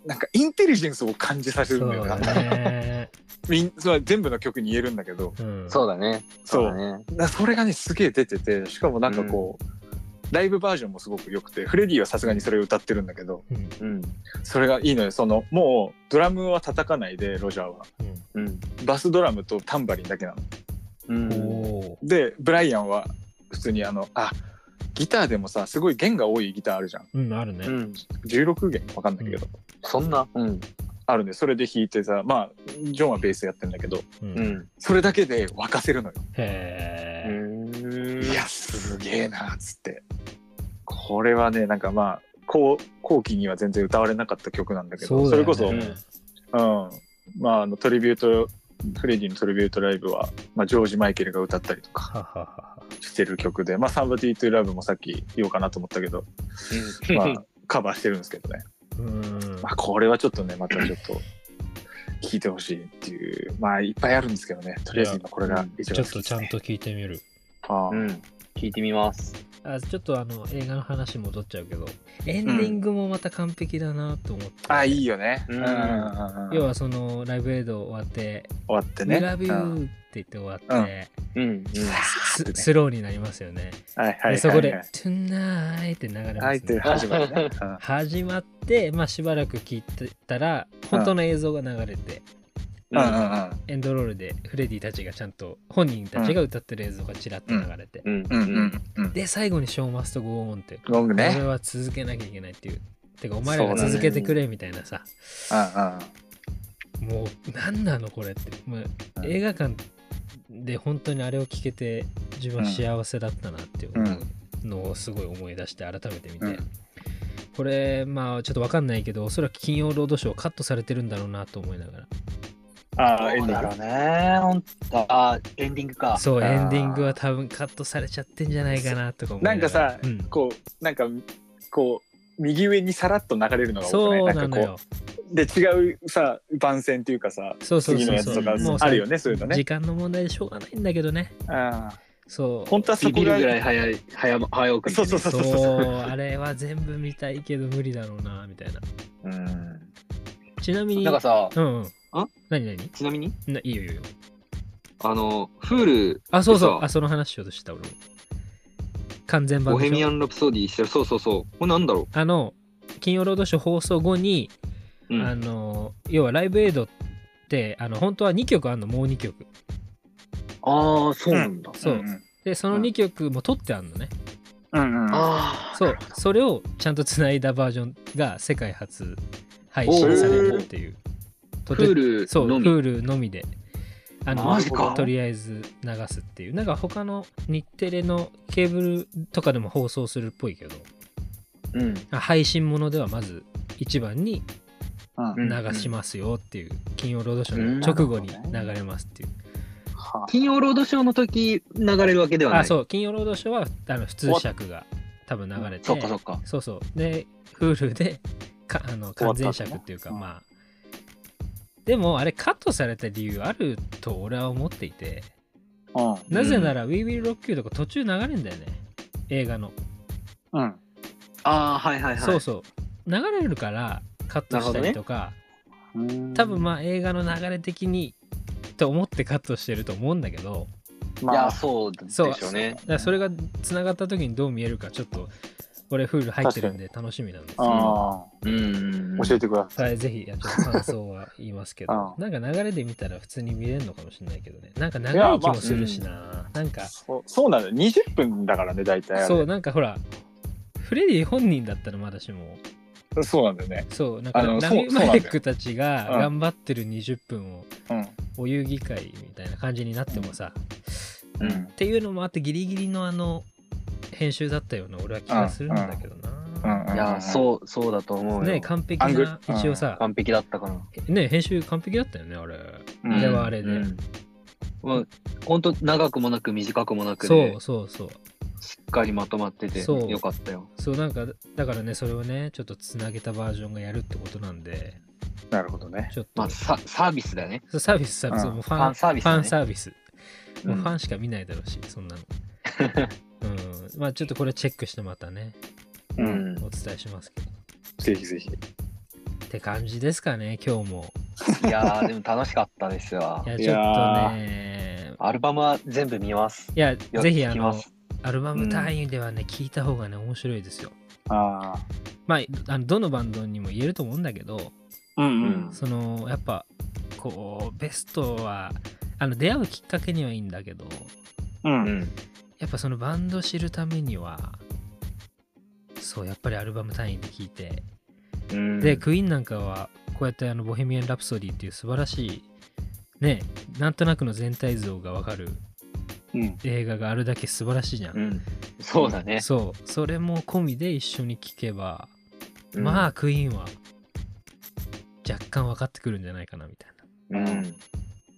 C: なんかインテリジェンスを感じさせる
A: そ
C: んだ
A: う
C: よな
A: だね
C: みんそれは全部の曲に言えるんだけど
A: うん
B: そうだね
C: そう
B: だね
C: だそれがねすげえ出ててしかもなんかこう、ライブバージョンもすごく良くてフレディはさすがにそれを歌ってるんだけど
A: うん
B: うん
C: それがいいのよそのもうドラムは叩かないでロジャーは
A: うん
B: うん
C: バスドラムとタンバリンだけなの
B: うん
A: おー
C: でブライアンは普通にあのあギターでもさすごい弦が多いギターあるじゃん
A: うんあるね
B: うん
C: 16弦わかんないけど、
B: そんなうん
C: あるんでそれで弾いてさまあジョンはベースやってんだけど
A: う
B: うんん
C: それだけで沸かせるのよ、
A: へえ
B: い
C: いやすげえなっつってこれはねなんかまあ後後期には全然歌われなかった曲なんだけどそ,、
A: だよ
C: れ
A: ね
C: こそ、
A: う
C: うんんまあ、あのトリビュートフレディのトリビュートライブは、まあ、ジョージ・マイケルが歌ったりとか
A: はははは
C: ちょっしてる曲で、まあ、サンバティートゥラブもさっき言おうかなと思ったけ ど、
B: うん
C: まあ、カバーしてるんですけどね。
A: うん
C: まあ、これはちょっとね、またちょっと、聞いてほしいっていう、まあ、いっぱいあるんですけどね、とりあえず今これが一
A: ちょ
C: 番
A: っ
C: 好き
A: と
C: で
A: ち
C: す
A: ゃん
C: ね。
A: と聞いてみる
C: あ
B: うん聞いてみます。
A: あちょっとあの映画の話戻っちゃうけどエンディングもまた完璧だなと思って、
C: ああ、いいよね。
B: う
C: うんん。終
A: 要はそのライブエイド終わって
C: わって
A: 「
C: ね。
A: We love you」
C: う
A: っ
C: ん
A: て言って終わって、
B: うんうん。
A: ススローになりますよね、
C: はいはいはい、はい。
A: でそこで「Tonight」って流れま
C: はいっ
A: す、ね
C: て始まるね。うん
A: 始まって、まあ、しばらく聞いてたら本当の映像が流れて、
C: うんうん
A: エンドロールでフレディたちがちゃんと本人たちが歌ってる映像がちらっと流れて、
B: うん
C: うんうんうんうん。
A: で最後に「ショーマストゴーオン」って
C: ゴング
A: 俺
C: ね。
A: は続けなきゃいけないっていう。てか、お前らが
C: そうだね
A: 続けてくれみたいなさ、
C: うんうん。
A: もう何なのこれって。もう
C: うん
A: 映画館で本当にあれを聞けて、自分は幸せだったなっていうのをすごい思い出して、改めて見て。
C: うん
A: これ、まあちょっとわかんないけど、おそらく金曜ロードショーカットされてるんだろうなと思いなが。。
C: ああ、エ
B: そう
C: ンデ
B: だ
C: ィン
B: ろう
C: グ。
B: ね。ほんとあ、エンディングから
A: そう、
C: あー
A: エンディングは多分カットされちゃってんじゃないかなとか思い
C: なん
A: が
C: からさ、こう、なんか、こう、右上にさらっと流れるの
A: うん
C: が多く
A: そう
C: ない
A: なの
C: かこ
A: よ。
C: う、で、違うさ、番宣っていうかさ、
A: そうそう
C: 次
A: そ
C: の
A: う
C: や
A: そ
C: つ
A: う。
C: とか
A: もうさ
C: あるよね、そういうのね
A: 時。間の問題でしょうがないんだけどね。
C: ああ
A: そう。
C: 本当はそ
B: ビ
C: こ
B: ビる
C: が
B: ぐらい早い、早ま、早送り。
C: そうそうそう
A: そ
C: そううそう。
A: あれは全部見たいけど無理だろうなみたいな
C: うん。
A: ちなみに
B: なんかさ、
A: うんうん
B: あ
A: 何何
B: ちなみに、
A: ないいよいいよいいよ
B: あの、フール、
A: あそうそう
B: 嘘
A: あその話しようとしてた俺も完全版
B: ボ
A: で
B: ヘミ
A: し
B: ア
A: ょ
B: ン・ラプソディしてる。そうそうそう。これなんだろ
A: あの金曜ロードショー放送後に、
B: う。うん
A: あの要はライブエイドってあの本当は2曲あんのもう2曲
B: ああ、そうなんだ。
A: そう、
C: んん
A: でその2曲も撮ってあんのね、
C: うんうん。
B: ああ、
A: そうそれをちゃんとつないだバージョンが世界初配信されるっていうとて
B: フール
A: そう、
B: のみ。
A: Hulu のみで。あの
B: マジか
A: とりあえず流すっていう。なんか他の日テレのケーブルとかでも放送するっぽいけど、
B: うん。
A: あ配信ものではまず一番に
C: うん
B: うん
A: 流しますよっていう、金曜ロードショ
B: う
A: ー
B: ん
A: の直後に流れますっていう。
C: は
B: 金曜ロードショーの時流れるわけではない。
A: あ、そう、金曜ロードショーはあの普通尺が多分流れて、
B: そっかそっか。
A: そうそう。で、Hulu でかあの
C: 終わ
A: 完
C: った
A: 全尺っていうか、
C: うん
A: まあ。でもあれカットされた理由あると俺は思っていて、
C: あ
A: なぜなら、We Will Rock You とか途中流れんだよね。映画の。
C: うん。うん。
B: ああ、はいはいはい。
A: そうそう。流れるからカットしたりとか、
C: うん
A: 多分まあ映画の流れ的にと思ってカットしてると思うんだけど、
B: い
C: ま
B: や、
C: あ、
B: そうでし
A: そ
B: ょ
A: う。
B: うね。
A: だからそれがつながった時にどう見えるか、ちょっと俺、フール入ってるんで楽しみなんですけど。
C: あ
B: うん。
C: あ、教えてください。
A: はい、ぜひ、いやちょっと感想は言いますけど、
C: う
A: なんか流れで見たら普通に見れるのかもしれないけどね。なんか長い気もするしな。なんか、
C: そうそうなんだよ。20分だからね、大体あれ。
A: そう、なんかほら、フレディ本人だったらまだしも、
C: そうなんだよね。
A: そう、なんか
C: あの
A: ラ
C: そう
A: ミマレックたちが
C: そうなんだよ
A: 頑張ってる20分を
C: うん。
A: お遊戯会みたいな感じになってもさ、
C: う
A: っ
C: ん。
A: ていうのもあってギリギリのあの編集だったような俺は気がするんだけどな。
B: いや、
C: うん。
B: そう、そうだと思うよ。
A: ね完璧
C: アング
A: な
C: ルうん
A: 一応さ、
B: 完璧だったかな。
A: ね編集完璧だったよねあれ。
C: うん
A: あれはあれで。
B: うんまあ、ほんと長くもなく短くもなく
A: そ
B: で
A: うそうそう。
B: しっかりまとまってて
A: そう
B: よかったよ。
A: そうなんかだからねそれをねちょっとつなげたバージョンがやるってことなんで
C: なるほどね。
A: ちょっ
B: ま
A: と
B: あ、ササービスだよね。
A: そうサービスサービス、
C: うん
A: もうファン
B: ファンサービス
A: フ
B: ね
A: ァンサービス、もううんファンしか見ないだろうしそんなのうんまあちょっとこれチェックしてまたね
C: う。
B: うんん。
A: お伝えしますけど
C: ぜひぜひ。
A: って感じですかね今日も
B: いやー、でも楽しかったですわ
A: い。や
C: い
A: ちょ
C: や
A: っ
C: ー
A: とね
B: アルバムは全部見ます。
A: いや
B: いや
A: ぜひ
B: 聞
A: あ
B: きま
A: の
B: す
A: アルバム単位ではね、聞いた方がね面白いですよ
C: あ
A: まああのどのバンドにも言えると思うんだけど
C: あ。うん
B: うん
A: そのやっぱこうベストはあの出会うきっかけにはいいんだけど
B: う
C: う。
B: んん。
A: やっぱそのバンド知るためにはそうやっぱりアルバム単位で聞いて
B: うん
A: で、クイーンなんかは、こうやってあの、ボヘミアン・ラプソディっていう素晴らしい、ね、なんとなくの全体像がわかる
C: うん。
A: 映画があるだけ素晴らしいじゃ。
B: うんん。そうだね。
A: そう、それも込みで一緒に聴けば、
B: うん
A: まあ、、クイーンは、若干分かってくるんじゃないかな、みたい
B: うん。
A: な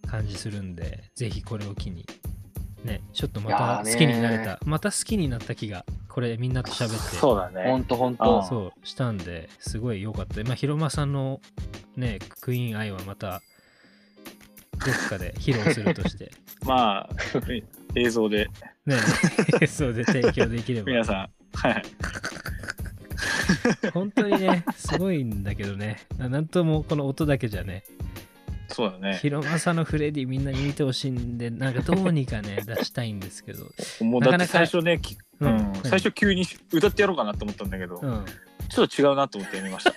A: 感じするんで、ぜひこれを機に、ね、ちょっとま
B: いや
A: た
B: ーねー
A: 好きになれた、また好きになった気が、これみんなと喋って、
C: そうだ
B: ほ
C: ね
B: んとほん
C: あ
B: と
C: ー。
A: そうしたんですごい良かった。まあ、広間さんのね、クイーン愛はまた、どっかで披露すると して、
C: まあ 映像で
A: ね、 そうで提供できれ
C: 皆
A: ば、
C: さんはい
A: 本当にね、すごいんだけどね、ななんともこの音だけじゃね、
C: そうだね
A: 広間さんのフレディみんなに見てほしいんで、なんかどうにか ね、出したいんですけど、
C: もう
A: な
C: だ
A: か
C: っ
A: な
C: て
A: か
C: 最初ねきう
A: うん
C: ん最初急に歌ってやろうかなと思ったんだけど
A: うん、
C: ちょっと違うなと思ってやめました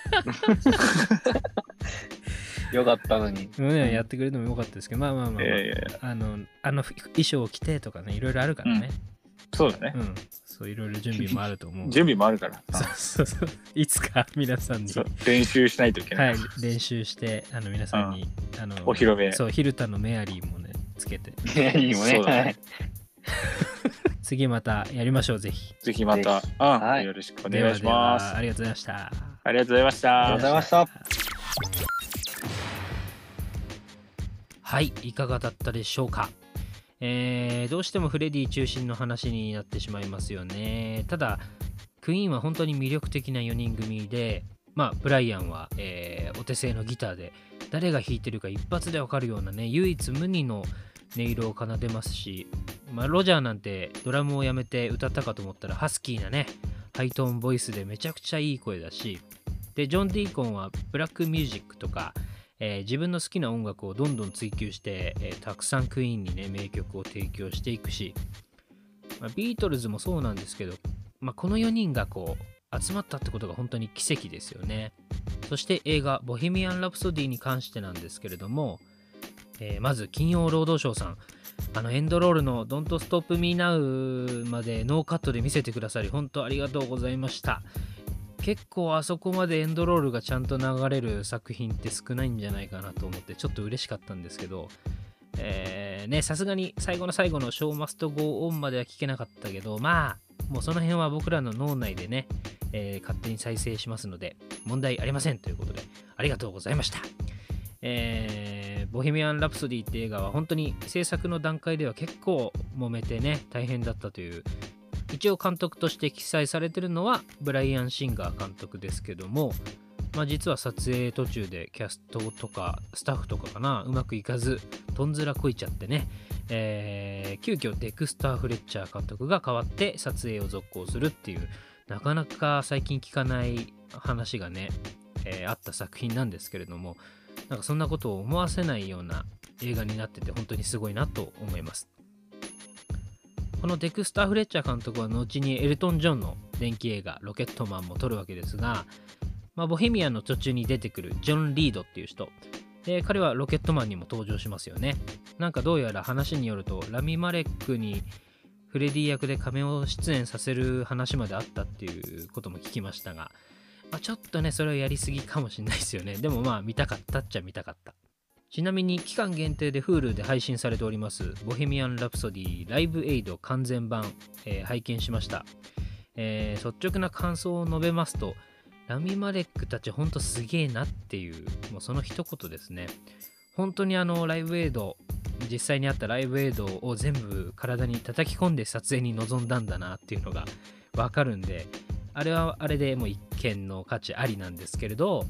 B: よかったの に。
A: でもね、やってくれるのも良かったですけど、まあまあまあ、まあ
C: ええ
A: あの、あのふ衣装を着てとかね、いろいろあるからね。
C: そうだね
A: うん。そう、いろいろ準備もあると思う。
C: 準備もあるから
A: そうそうそう。いつか皆さんに、
C: そう
A: は
C: 練習しないといけない
A: い、練習して、あの、皆さんに、あの、
C: お披露目
A: そう、ヒルタのメアリーもね、つけて。
B: いいも ね
C: そうだね
B: はい
A: 次またやりましょう、ぜひ。
C: ぜひまた
B: ぜ
C: う
B: は
C: ん
B: い
C: よろしくお
A: で
C: 願
A: はい
C: し
A: で
C: ます
A: はありがとうございました。
C: ありがとうございまし
B: ありがとう
C: た
B: ございました。
A: はい、いかがだったでしょうか。えーどうしてもフレディ中心の話になってしまいますよね。ただ、クイーンは本当に魅力的な4人組で、まあ、ブライアンは、えーお手製のギターで、誰が弾いてるか一発でわかるようなね、唯一無二の音色を奏でますし、まあ、ロジャーなんてドラムをやめて歌ったかと思ったら、ハスキーなね、ハイトーンボイスでめちゃくちゃいい声だし、で、ジョン・ディーコンはブラックミュージックとか、えー自分の好きな音楽をどんどん追求して、えーたくさんクイーンにね名曲を提供していくし、まあビートルズもそうなんですけど、まあ、この4人がこう集まったってことが本当に奇跡ですよねそして映画「ボヘミアン・ラプソディ」に関してなんですけれども、えーまず金曜労働省さんあのエンドロールの「Don't Stop Me Now」までノーカットで見せてくださり本当ありがとうございました結構あそこまでエンドロールがちゃんと流れる作品って少ないんじゃないかなと思ってちょっと嬉しかったんですけど、えーね、さすがに最後の最後の「ショーマストゴーオン」までは聞けなかったけどまあもうその辺は僕らの脳内でね、えー勝手に再生しますので問題ありませんということでありがとうございました。えーボヘミアン・ラプソディって映画は本当に制作の段階では結構揉めてね大変だったという一応監督として記載されてるのはブライアン・シンガー監督ですけども、まあ、実は撮影途中でキャストとかスタッフとかかなうまくいかずとんずらこいちゃってね、えー急遽デクスター・フレッチャー監督が代わって撮影を続行するっていうなかなか最近聞かない話がね、えーあった作品なんですけれどもなんかそんなことを思わせないような映画になってて本当にすごいなと思います。このデクスター・フレッチャー監督は後にエルトン・ジョンの電気映画「ロケットマン」も撮るわけですが、まあ、ボヘミアンの途中に出てくるジョン・リードっていう人で彼はロケットマンにも登場しますよねなんかどうやら話によるとラミ・マレックにフレディ役で仮面を出演させる話まであったっていうことも聞きましたが、まあ、ちょっとねそれはやりすぎかもしれないですよねでもまあ見たかったっちゃ見たかったちなみに期間限定で Hulu で配信されております「ボヘミアン・ラプソディライブエイド完全版、えー拝見しました、えー率直な感想を述べますとラミ・マレックたちほんとすげえなっていうもうその一言ですね本当にあのライブエイド実際にあったライブエイドを全部体に叩き込んで撮影に臨んだんだなっていうのがわかるんであれはあれでもう一見の価値ありなんですけれど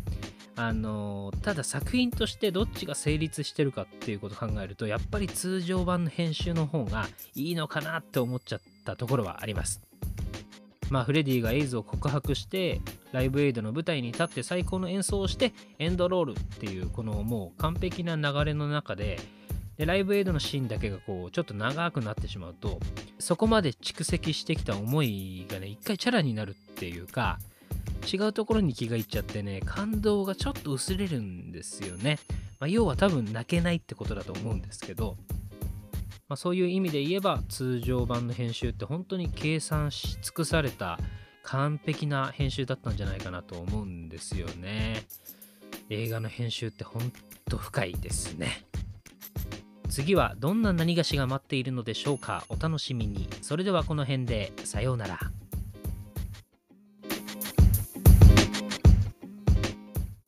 A: あのただ作品としてどっちが成立してるかっていうことを考えるとやっぱり通常版の編集の方がいいのかなって思っちゃったところはあります。まあ、フレディがエイズを告白してライブエイドの舞台に立って最高の演奏をしてエンドロールっていうこのもう完璧な流れの中ででライブエイドのシーンだけがこうちょっと長くなってしまうとそこまで蓄積してきた思いがね一回チャラになるっていうか違うところに気がいっちゃってね感動がちょっと薄れるんですよね、まあ、要は多分泣けないってことだと思うんですけど、まあ、そういう意味で言えば通常版の編集って本当に計算し尽くされた完璧な編集だったんじゃないかなと思うんですよね映画の編集って本当深いですね次はどんな何がしが待っているのでしょうかお楽しみにそれではこの辺でさようなら